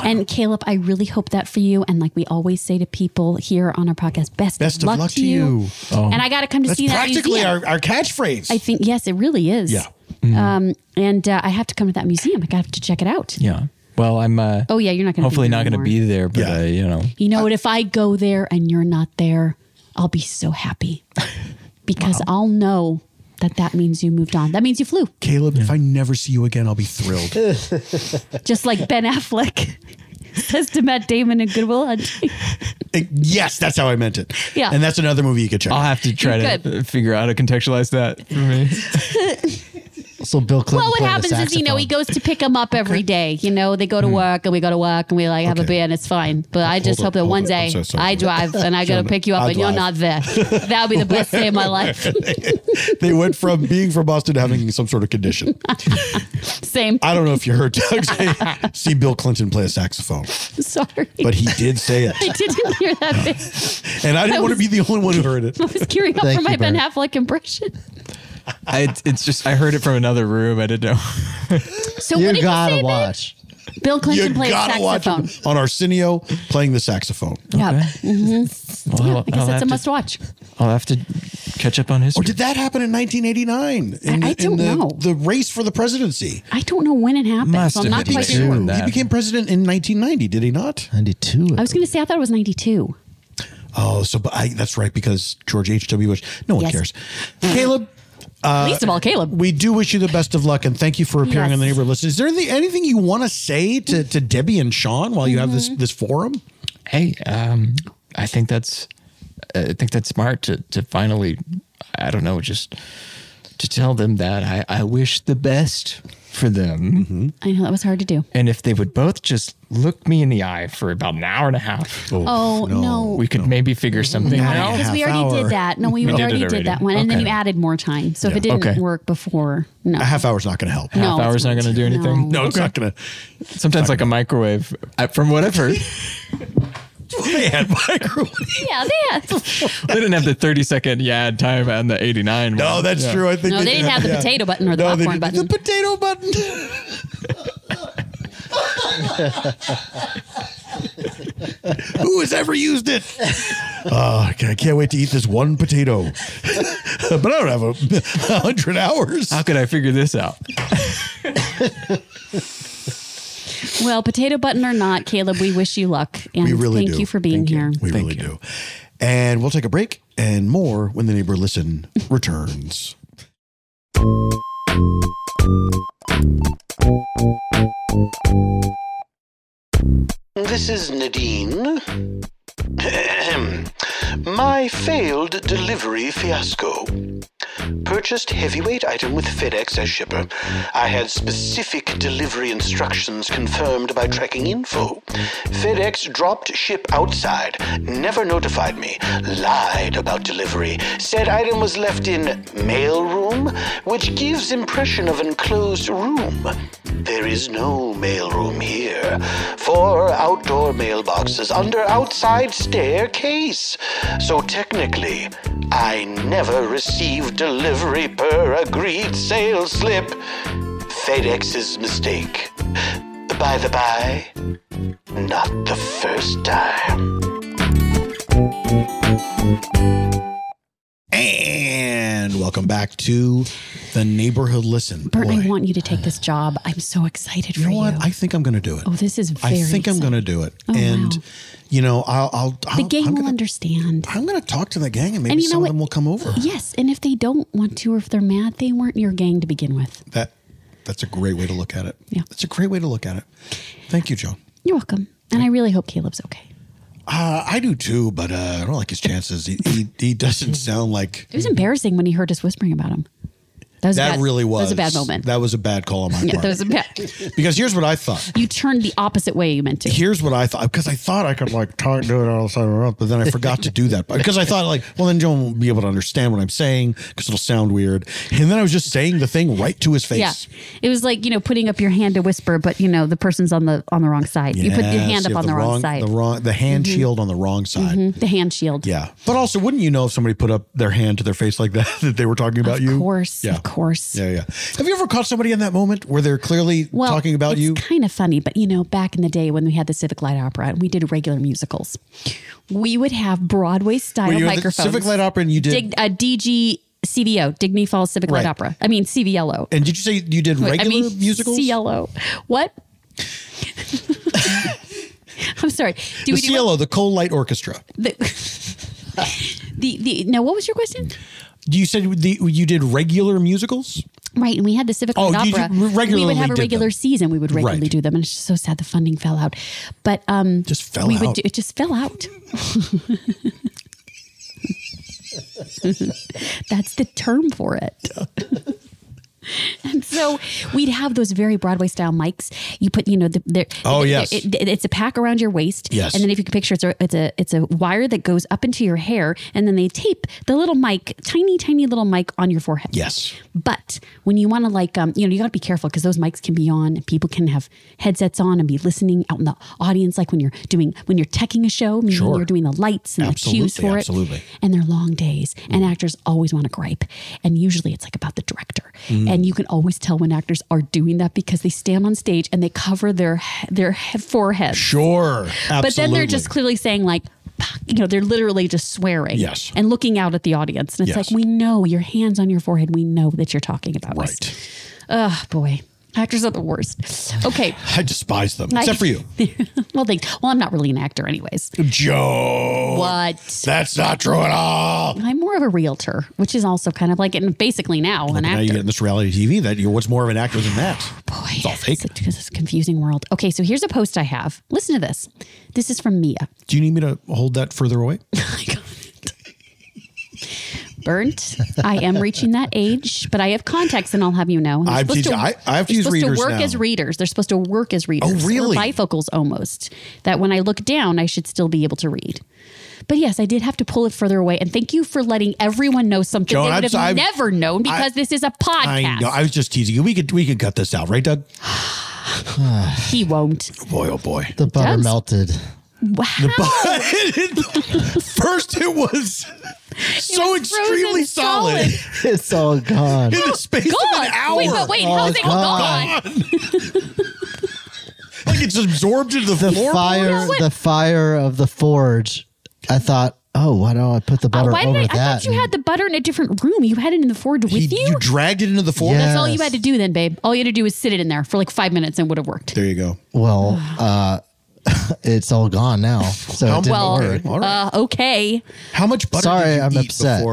And Caleb, I really hope that for you. And like we always say to people here on our podcast, best, Best of luck, to you. Oh. And I got to come to That's see that practically museum. our, our catchphrase. I think yes, it really is. Yeah. Um, Mm-hmm. and uh, I have to come to that museum. I got to check it out. Yeah. Well, I'm. Uh, Oh yeah, you're not going to. hopefully not going to be there, but uh, you know. You know what? If I go there and you're not there, I'll be so happy because I'll know that that means you moved on. That means you flew, Caleb, if I never see you again, I'll be thrilled. just like Ben Affleck says to Matt Damon in Goodwill Hunting. yes, that's how I meant it. Yeah. And that's another movie you could check. I'll have to try You to could. uh, figure out how to contextualize that for me. so Bill well, what happens is you know he goes to pick them up every day. You know they Hmm. go to work and we go to work and we like have a beer and it's fine. But I just hold hope it, that hold one it. day I'm so sorry. I drive and I go to Sorry. pick you up I and you're not drive. there. That would be the best day of my life. they went from being from Boston to having some sort of condition. Same. I don't know if you heard Doug say, see Bill Clinton play a saxophone, Sorry, but he did say it. I didn't hear that. Bit. And I didn't want to be the only one who heard it. I was gearing up Thank for my you, Ben Bert. Affleck impression. I, it's just I heard it from another room. I didn't know. So what did you say, watch. Bill Clinton plays saxophone. him on Arsenio playing the saxophone. Yeah. Mhm. Well, Yeah, I'll- I guess I'll have that's a to- must watch. I'll have to catch up on history. Or did that happen in 1989? In, I in don't the, know. The race for the presidency. I don't know when it happened. so I'm not he, quite sure. became, he became president in 1990, did he not? 92. I was going to say I thought it was 92. Oh, so but I, that's right because George H. W. Bush. No one Yes. cares. Caleb. Uh, Least of all, Caleb. We do wish you the best of luck and thank you for appearing Yes. on the Neighborhood List. Is there anything, anything you want to say to, to Debbie and Sean while you have this Mm-hmm. this forum? Hey, um, I think that's uh, I think that's smart to to finally I don't know just to tell them that I I wish the best for them. I know that was hard to do. And if they would both just look me in the eye for about an hour and a half, Oh, no. no. we could maybe figure something out. Because we already did that. No, we, did it already did that one. And then Okay. you added more time. So if it Yeah. didn't Okay. work before, no. A half hour's not going to help. No, half it's hour's not going to do anything. No. No, it's not going to. Sometimes like a microwave, I, from what I've heard, they had microwave. Yeah, yeah. they didn't have the thirty second yeah time on the eighty nine. No, that's true. I think No, they didn't have the potato button or the No, they popcorn didn't. button. The potato button. Who has ever used it? Oh, I can't wait to eat this one potato. but I don't have a, a hundred hours. How could I figure this out? Well, potato button or not, Caleb, we wish you luck. And We really thank do. you for being here. We really do. And we'll take a break and more when the neighbor listen returns. This is Nadine. My failed delivery fiasco. Purchased heavyweight item with FedEx as shipper. I had specific delivery instructions confirmed by tracking info. FedEx dropped ship outside, never notified me, lied about delivery, said item was left in mailroom, which gives impression of enclosed room. There is no mailroom here. Four outdoor mailboxes under outside staircase. So technically, I never received delivery per agreed sales slip. FedEx's mistake. By the by, not the first time. And welcome back to the neighborhood listen. Bert, Boy, I want you to take this job. I'm so excited you for know what? you. I think I'm going to do it. oh, this is I very Oh, think I'm going to do it. and you know, I'll, I'll, I'll The gang I'm will gonna, understand. I'm going to talk to the gang and maybe And you know some what? of them will come over. Yes, and if they don't want to or if they're mad, they weren't your gang to begin with. That that's a great way to look at it. Yeah. That's a great way to look at it. Thank you, Joe. You're welcome. And I really hope Caleb's okay. Uh, I do too, but uh, I don't like his chances. He he, he doesn't sound like It was embarrassing when he heard us whispering about him. That was a that. bad, really was That was a bad moment. That was a bad call on my yeah, part. that was a bad. because here's what I thought. You turned the opposite way you meant to. Here's what I thought because I thought I could like talk do it all the time, but then I forgot to do that because I thought like, well, then Joe won't be able to understand what I'm saying because it'll sound weird. And then I was just saying the thing right to his face. Yeah, it was like you know putting up your hand to whisper, but you know the person's on the on the wrong side. you put your Yes, hand you up have on the, wrong, side. The wrong, the hand Mhm. shield on the wrong side. Mhm, The hand shield. Yeah, but also, wouldn't you know if somebody put up their hand to their face like that that they were talking about you? Of course, yeah, of course. Yeah, yeah. Have you ever caught somebody in that moment where they're clearly Well, talking about it's you? kind of funny, but you know, back in the day when we had the Civic Light Opera and we did regular musicals, we would have Broadway style Were you at the microphones. Civic Light Opera and you did- Dig, uh, DG CVO, Digny Falls Civic Right. Light Opera. I mean CVLO. And did you say you did Wait, regular I mean, musicals? CLO. What? I'm sorry. the Do we do CLO, the Coal Light Orchestra. the, the the no? What was your question? You said the, you did regular musicals. Right, and we had the Civic Oh, Light you Opera. did- regularly we would have a did regular them. season. We would regularly Right. do them, and it's just so sad the funding fell out. But um, just fell we Would out. do, it just fell out. That's the term for it. And so we'd have those very Broadway style mics. You put, you know, the, the Oh, the- yes. it- it- it's a pack around your waist. Yes. And then if you can picture, it's a it's a it's a wire that goes up into your hair, and then they tape the little mic, tiny tiny little mic on your forehead. Yes. But when you want to like, um, you know, you got to be careful because those mics can be on. and People can have headsets on and be listening out in the audience, like when you're doing when you're teching a show, meaning Sure. you're doing the lights and the cues Absolutely, for absolutely. Mm. it. And they're long days, and actors always want to gripe, and usually it's like about the director. Mm. And you can always tell when actors are doing that because they stand on stage and they cover their their he- forehead. Sure. But then they're Absolutely. just clearly saying like, "Fuck," you know, they're literally just swearing. Yes. And looking out at the audience, and it's Yes. like we know your hands on your forehead. We know that you're talking about right. Oh boy, actors are the worst. Okay. I despise them, I- except for you. well, they. Well, I'm not really an actor, anyways. Joe. What? That's not true at all. I'm more of a realtor, which is also kind of like, and basically now an Now actor. you get in this reality TV that you're what's more of an actor than that? Boy, it's all fake. It's a confusing world. Okay, so here's a post I have. Listen to this. This is from Mia. Do you need me to hold that further away? Burnt. I am reaching that age, but I have contacts, and I'll have you know. They're I'm supposed teaching- I- I have to they're use supposed readers to work now. Oh, as readers. They're supposed to work as readers. or really? bifocals almost. That when I look down, I should still be able to read. But yes, I did have to pull it further away. And thank you for letting everyone know something Joan, they I'm would have sorry. never known because I- this is a podcast. I know. I was just teasing you. We could we could cut this out, right, Doug? he won't. Boy, oh boy. The butter Doug's- melted. Wow. First, it was so extremely solid. it's all gone. In the space of an hour. Oh, Gone. Wait, but wait, how is it gone? like it's absorbed into the, the floor. fire No, what- the fire of the forge i thought oh why don't i put the butter Uh, Why did over I, I that thought you had the butter in a different room. You had it in the forge with you. You dragged it into the forge. That's all you had to do then, babe. All you had to do was sit it in there for like five minutes and would have worked. There you go. well uh it's all gone now so it didn't well, work uh, okay. How much butter? sorry i'm upset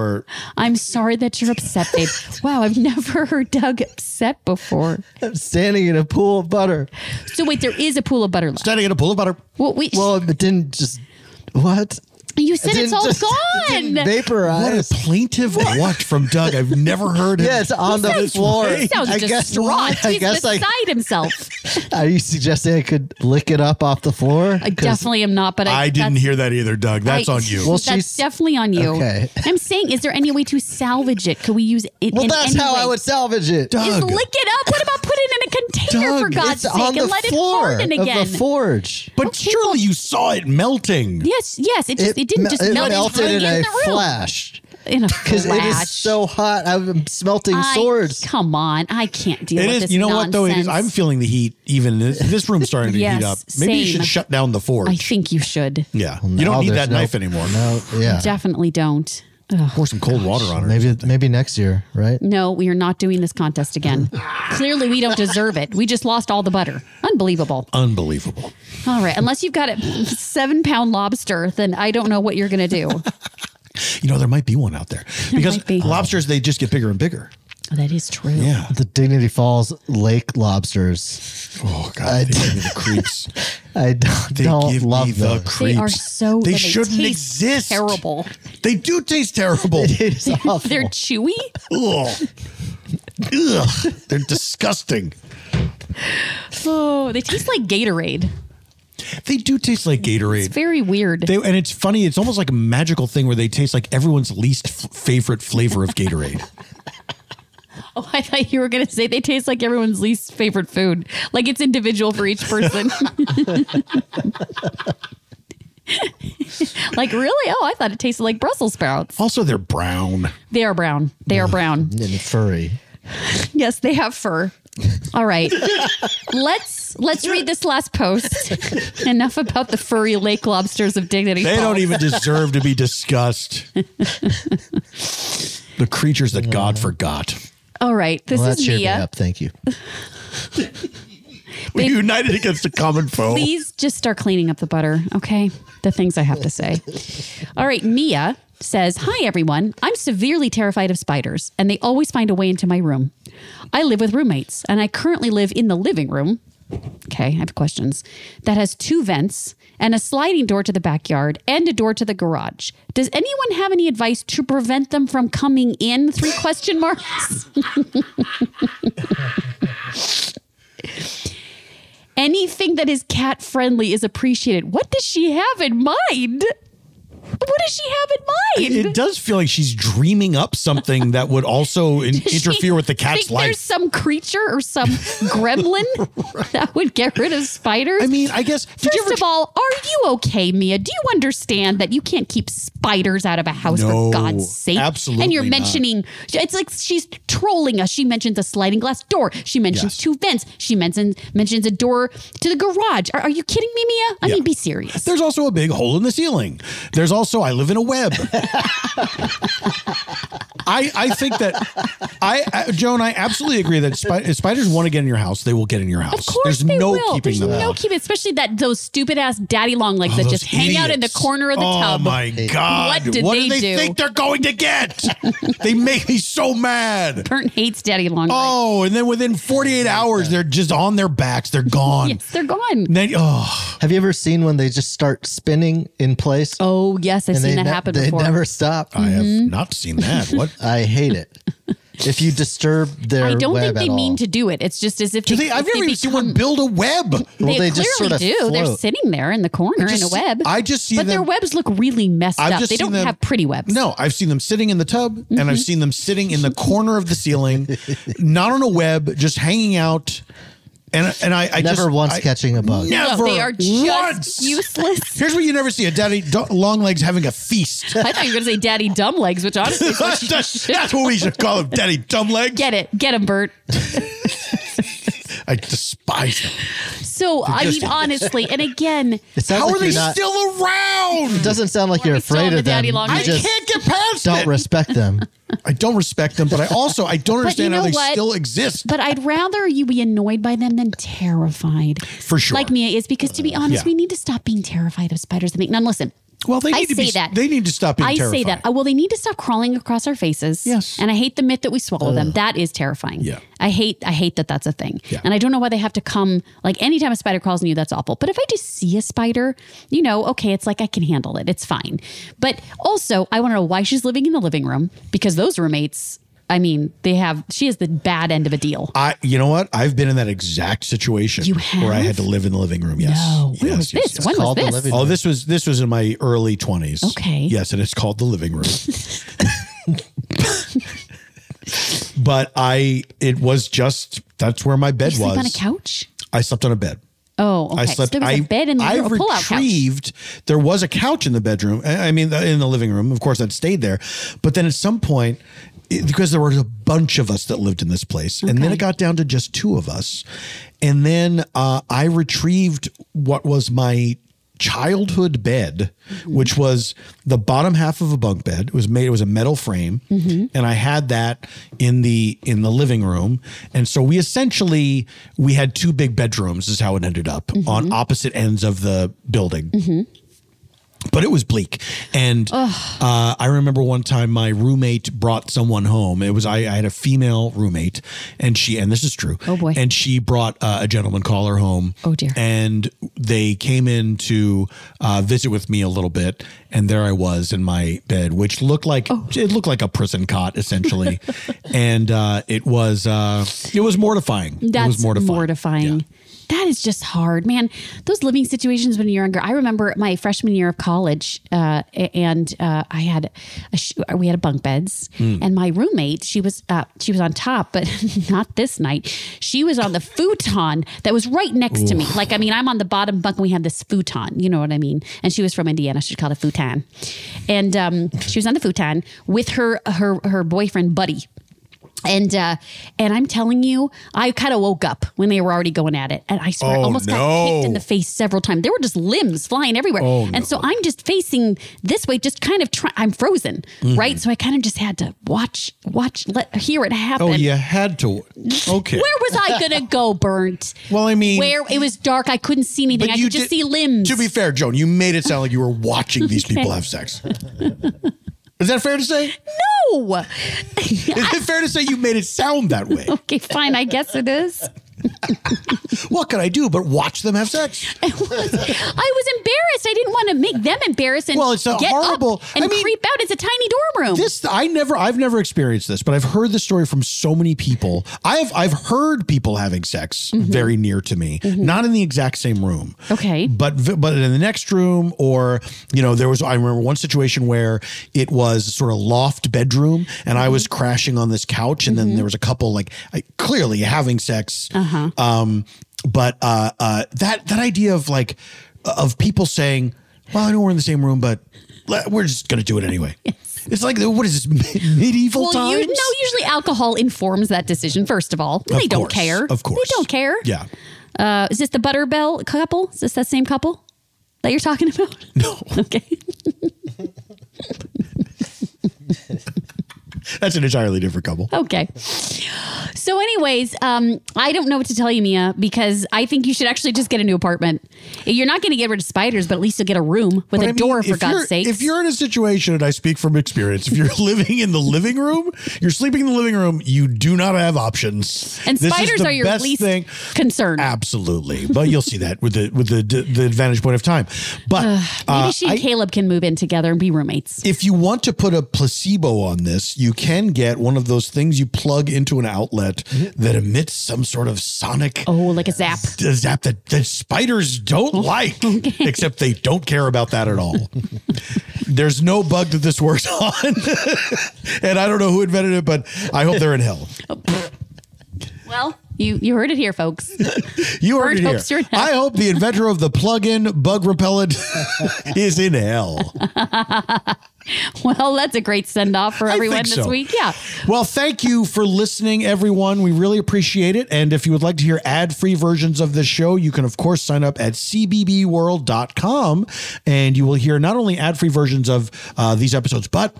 I'm sorry that you're upset, babe. wow, I've never heard Doug upset before. i'm standing in a pool of butter So wait, there is a pool of butter left. Standing in a pool of butter. Well, we, well it didn't just what you said it's It didn't all just- gone. it didn't vaporize. What a plaintive what from Doug. I've never heard him. Yeah, it's on the this floor. way. He sounds I guess distraught. I He's guess I- beside himself. are you suggesting i could lick it up off the floor I definitely am not, but I, I didn't that's- hear that either, Doug. That's I- on you. Well, that's she's- definitely on you. Okay. I'm saying, is there any way to salvage it? Could we use it? well in that's any how way? i would salvage it Just lick it up. What about put it in a container for God's it's sake on the and let floor it harden of again? the forge but surely you saw it melting. yes, yes. It just it, didn't me- just it melt melted hung in a the room. flash In a because it is flash. so hot. I'm smelting I- swords. Come on, I can't deal It with is. this. You know what though? It is. I'm nonsense. feeling the heat. Even this, this room's starting to Yes, heat up. Maybe you same. should shut down the forge. I think you should. yeah, you don't now need Oh, there's that no- knife anymore. No, yeah. Definitely don't. Ugh. Pour some cold water on her. Maybe maybe next year, right? No, we are not doing this contest again. Clearly, we don't deserve it. We just lost all the butter. Unbelievable. Unbelievable. All right, unless you've got a seven pound lobster, then I don't know what you're going to do. You know there might be one out there because might be. lobsters they just get bigger and bigger. that is true. Yeah. The Dignity Falls lake lobsters. Oh God, they give me the creeps. I don't, don't give me love the those. creeps. They are so. They and shouldn't taste exist. Terrible. They do taste terrible. It's awful. They're chewy. Ugh. Ugh. They're disgusting. Oh, they taste like Gatorade. They do taste like Gatorade. It's very weird. They, and it's funny. It's almost like a magical thing where they taste like everyone's least f- favorite flavor of Gatorade. oh, I thought you were going to say they taste like everyone's least favorite food. Like it's individual for each person. like really? Oh, I thought it tasted like Brussels sprouts. Also, they're brown. They are brown. They are brown. And furry. Yes, they have fur. All right. let's let's read this last post. Enough about the furry lake lobsters of dignity. They don't Falls. even deserve to be discussed. the creatures that God forgot. All right. This well, that is cheered me Mia. up. Thank you. We They- united against a common foe. Please just start cleaning up the butter, okay? The things I have to say. All right, Mia says, Hi, everyone. I'm severely terrified of spiders, and they always find a way into my room. I live with roommates, and I currently live in the living room. Okay, I have questions. That has two vents and a sliding door to the backyard and a door to the garage. Does anyone have any advice to prevent them from coming in? Three question marks. Anything that is cat friendly is appreciated. What does she have in mind? What does she have in mind? It does feel like she's dreaming up something that would also in- Does she interfere with the cat's think life. There's some creature or some gremlin that would get rid of spiders. I mean, I guess. First of all, are you okay, Mia? Do you understand that you can't keep spiders out of a house No, for God's sake? And absolutely you're not. mentioning it's like she's trolling us. She mentions a sliding glass door. She mentions Yes. two vents. She mentions mentions a door to the garage. Are, are you kidding me, Mia? I mean, be serious. There's also a big hole in the ceiling. There's also I live in a web. I I think that I, I Joan I absolutely agree that spi- if spiders want to get in your house, they will get in your house. Of course There's they no will. keeping There's them no out. keeping, especially that those stupid ass daddy long legs Oh, that those just hang out in the idiots. corner of the Oh, tub. my God. What did What they do they do? think they're going to get? they make me so mad. Burnt hates daddy long legs. Oh, and then within 48 hours, they're just on their backs. They're gone. Yes, they're gone. Then, oh. Have you ever seen when they just start spinning in place? Oh yes, I've seen that happen they before. They never stop. I have Mhm. not seen that. What? I hate it. If you disturb their I don't web think they at all. mean to do it. It's just as if do they, I've never even seen one build a web. Well, They, they clearly just sorta do. They're float. sitting there in the corner I just in a see- web. I just see but their them- webs look really messed I've up. just They seen don't them- have pretty webs. No, I've seen them sitting in the tub and Mm-hmm. I've seen them sitting in the corner of the ceiling, not on a web, just hanging out. And, and I, I Never just- once I- catching a bug. Never they are just once. useless. Here's what you never see: a daddy do- long legs having a feast. I thought you were going to say daddy dumb legs, which honestly is what you that's, that's what we should call him, daddy dumb legs. Get it. Get him, Bert. I despise him. So, I mean, honestly, and again, It sounds How like are they you're not- still around? It doesn't sound like you're still afraid in of the them. daddy You long legs. I just can't get past Don't it. respect them. I don't respect them, but I also I don't But you understand know how they what? still exist. But I'd rather you be annoyed by them than terrified. For sure. Like Mia is, because to be honest, yeah. we need to stop being terrified of spiders. I mean, now listen. Well, they I need to say be. that. They need to stop being I terrified. say that. Uh, Well, they need to stop crawling across our faces. Yes. And I hate the myth that we swallow them. That is terrifying. Yeah. I hate. I hate that that's a thing. Yeah. And I don't know why they have to come. Like anytime a spider crawls on you, that's awful. But if I just see a spider, you know, okay, it's like I can handle it. It's fine. But also, I want to know why she's living in the living room because those roommates. I mean, they have. She is the bad end of a deal. I, you know what? I've been in that exact situation where I had to live in the living room. Ah, Yes. No. When was this? When was Called the this? living Oh, room. this was this was in my early twenties. Okay. Yes, and it's called the living room. but I, it was just that's where my bed you was. sleep on a couch. I slept on a bed. Oh, okay. I slept. so there was a I- bed in the I room, a pull-out couch. retrieved. There was a couch in the bedroom. I I mean, in the living room. Of course, I'd stayed there. But then at some point, it- because there was a bunch of us that lived in this place, and then it got down to just two of us. And then uh, I retrieved what was my childhood bed, which was the bottom half of a bunk bed. It was made. It was a metal frame, and I had that in the in the living room. And so we essentially we had two big bedrooms. Is how it ended up on opposite ends of the building. But it was bleak, and uh, I remember one time my roommate brought someone home. It was I, I had a female roommate, and she and this is true. Oh boy! And she brought uh, a gentleman caller home. Oh dear! And they came in to uh, visit with me a little bit, and there I was in my bed, which looked like Oh. it looked like a prison cot essentially, and uh, it was uh, it was mortifying. it That's was mortifying. mortifying. That is just hard, man. Those living situations when you're younger. I remember my freshman year of college, uh, a- and uh, I had a sh- we had a bunk beds, Mm. and my roommate she was uh, she was on top, but not this night. She was on the futon that was right next to me. Oof. Like I mean, I'm on the bottom bunk. and We had this futon, you know what I mean? And she was from Indiana. She called it futon, and um, she was on the futon with her her her boyfriend buddy and uh and i'm telling you i kind of woke up when they were already going at it and i swear I Oh, almost got no. kicked in the face several times there were just limbs flying everywhere Oh, and so i'm just facing this way just kind of try- i'm frozen Mhm. right so i kind of just had to watch watch let hear it happen Oh, you had to. Okay. where was i gonna go burnt well i mean- where it was dark i couldn't see anything i could just see limbs To be fair, Joan, you made it sound like you were watching these people Okay. have sex. Is that fair to say? no Is it fair to say you made it sound that way? okay fine i guess it is what could I do but watch them have sex? I was embarrassed. I didn't want to make them embarrassed and Well, it's a get horrible- up and I mean- creep out. It's a tiny dorm room. This I never I've never experienced this, but I've heard this story from so many people. I've I've heard people having sex very near to me, not in the exact same room. Mm-hmm. Okay. But v- but in the next room or you know there was I remember one situation where it was sort of loft bedroom and I Mm-hmm. was crashing on this couch and then there was a couple like I, clearly having sex Uh-huh. um, but uh, uh, that that idea of like of people saying, "Well, I know we're in the same room, but le- we're just going to do it anyway." It's like what is this me- medieval well, times? you no. Usually, alcohol informs that decision. First of all, Of they don't course, care. of course. they don't care. yeah, Uh, is this the Butterbell couple? Is this that same couple that you're talking about? No. Okay. that's an entirely different couple. Okay. So, anyways, um, I don't know what to tell you, Mia, because I think you should actually just get a new apartment. You're not going to get rid of spiders, but at least you'll get a room with But a I mean, door, for if you're- God's sake. If you're in a situation, and I speak from experience, if you're living in the living room, you're sleeping in the living room, you do not have options. And This is spiders the are your best least thing. concern. Absolutely, but you'll see that with the with the the advantage point of time. But Maybe uh, she and I- Caleb can move in together and be roommates. If you want to put a placebo on this, you can get one of those things you plug into an outlet that emits some sort of sonic. Mm-hmm. Oh, like a zap. A zap that, that spiders don't like, except they don't care about that at all. There's no bug that this works on. and I don't know who invented it, but I hope they're in hell. Well, you you heard it here, folks. You heard Bird it hopes here. you're in hell. I hope the inventor of the plug-in bug repellent is in hell. well, that's a great send off for everyone think this so. week. Yeah. Well, thank you for listening, everyone. We really appreciate it. And if you would like to hear ad free versions of this show, you can, of course, sign up at cbbworld.com and you will hear not only ad free versions of uh, these episodes, but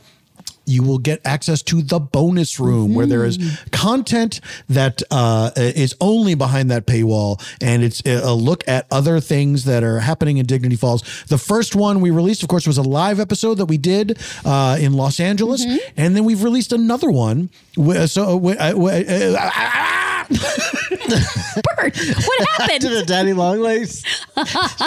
you will get access to the bonus room where there is content that uh, is only behind that paywall and it's a a look at other things that are happening in dignity falls the first one we released of course was a live episode that we did uh, in los angeles and then we've released another one wi- so uh, wi- uh, wi- uh, uh, Bird, what happened? Did a daddy long legs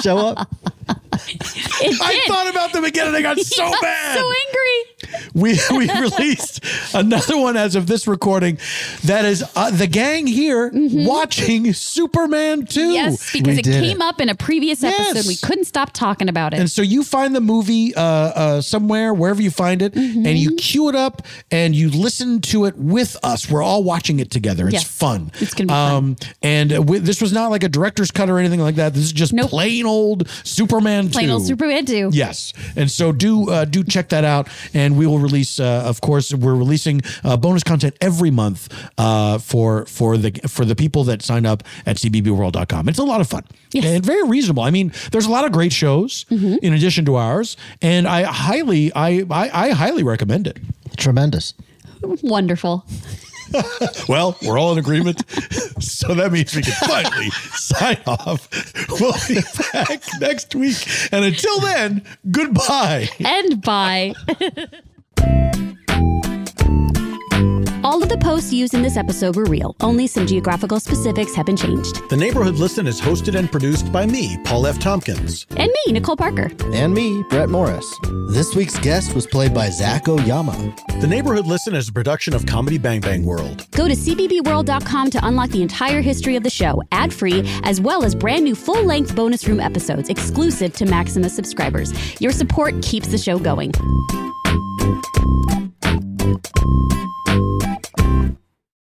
show up? I thought about them again and I got so mad. So angry. we we released another one as of this recording that is uh, the gang here watching superman 2 Mm-hmm. Yes, because it came up in a previous episode. Yes. We couldn't stop talking about it. and so you find the movie uh, uh, somewhere, wherever you find it, Mm-hmm. and you queue it up and you listen to it with us. We're all watching it together. It's Yes. fun. It's gonna be um, fun. And uh, we, this was not like a director's cut or anything like that. This is just plain old Superman Plain 2. old Superman 2. Yes, and so do uh, do check that out, and we will release. Uh, of course, we're releasing uh, bonus content every month uh, for for the for the people that sign up at cbbworld.com. It's a lot of fun and very reasonable. I mean, there's a lot of great shows in addition to ours, and I highly I I, I highly recommend it. Tremendous. Wonderful. Well, we're all in agreement, so that means we can finally sign off. We'll be back next week, and until then, goodbye. And bye. All of the posts used in this episode were real. Only some geographical specifics have been changed. The Neighborhood Listen is hosted and produced by me, Paul F. Tompkins. And me, Nicole Parker. And me, Brett Morris. This week's guest was played by Zach Oyama. The Neighborhood Listen is a production of Comedy Bang Bang World. Go to cbbworld.com to unlock the entire history of the show, ad free, as well as brand new full length bonus room episodes exclusive to Maximus subscribers. Your support keeps the show going.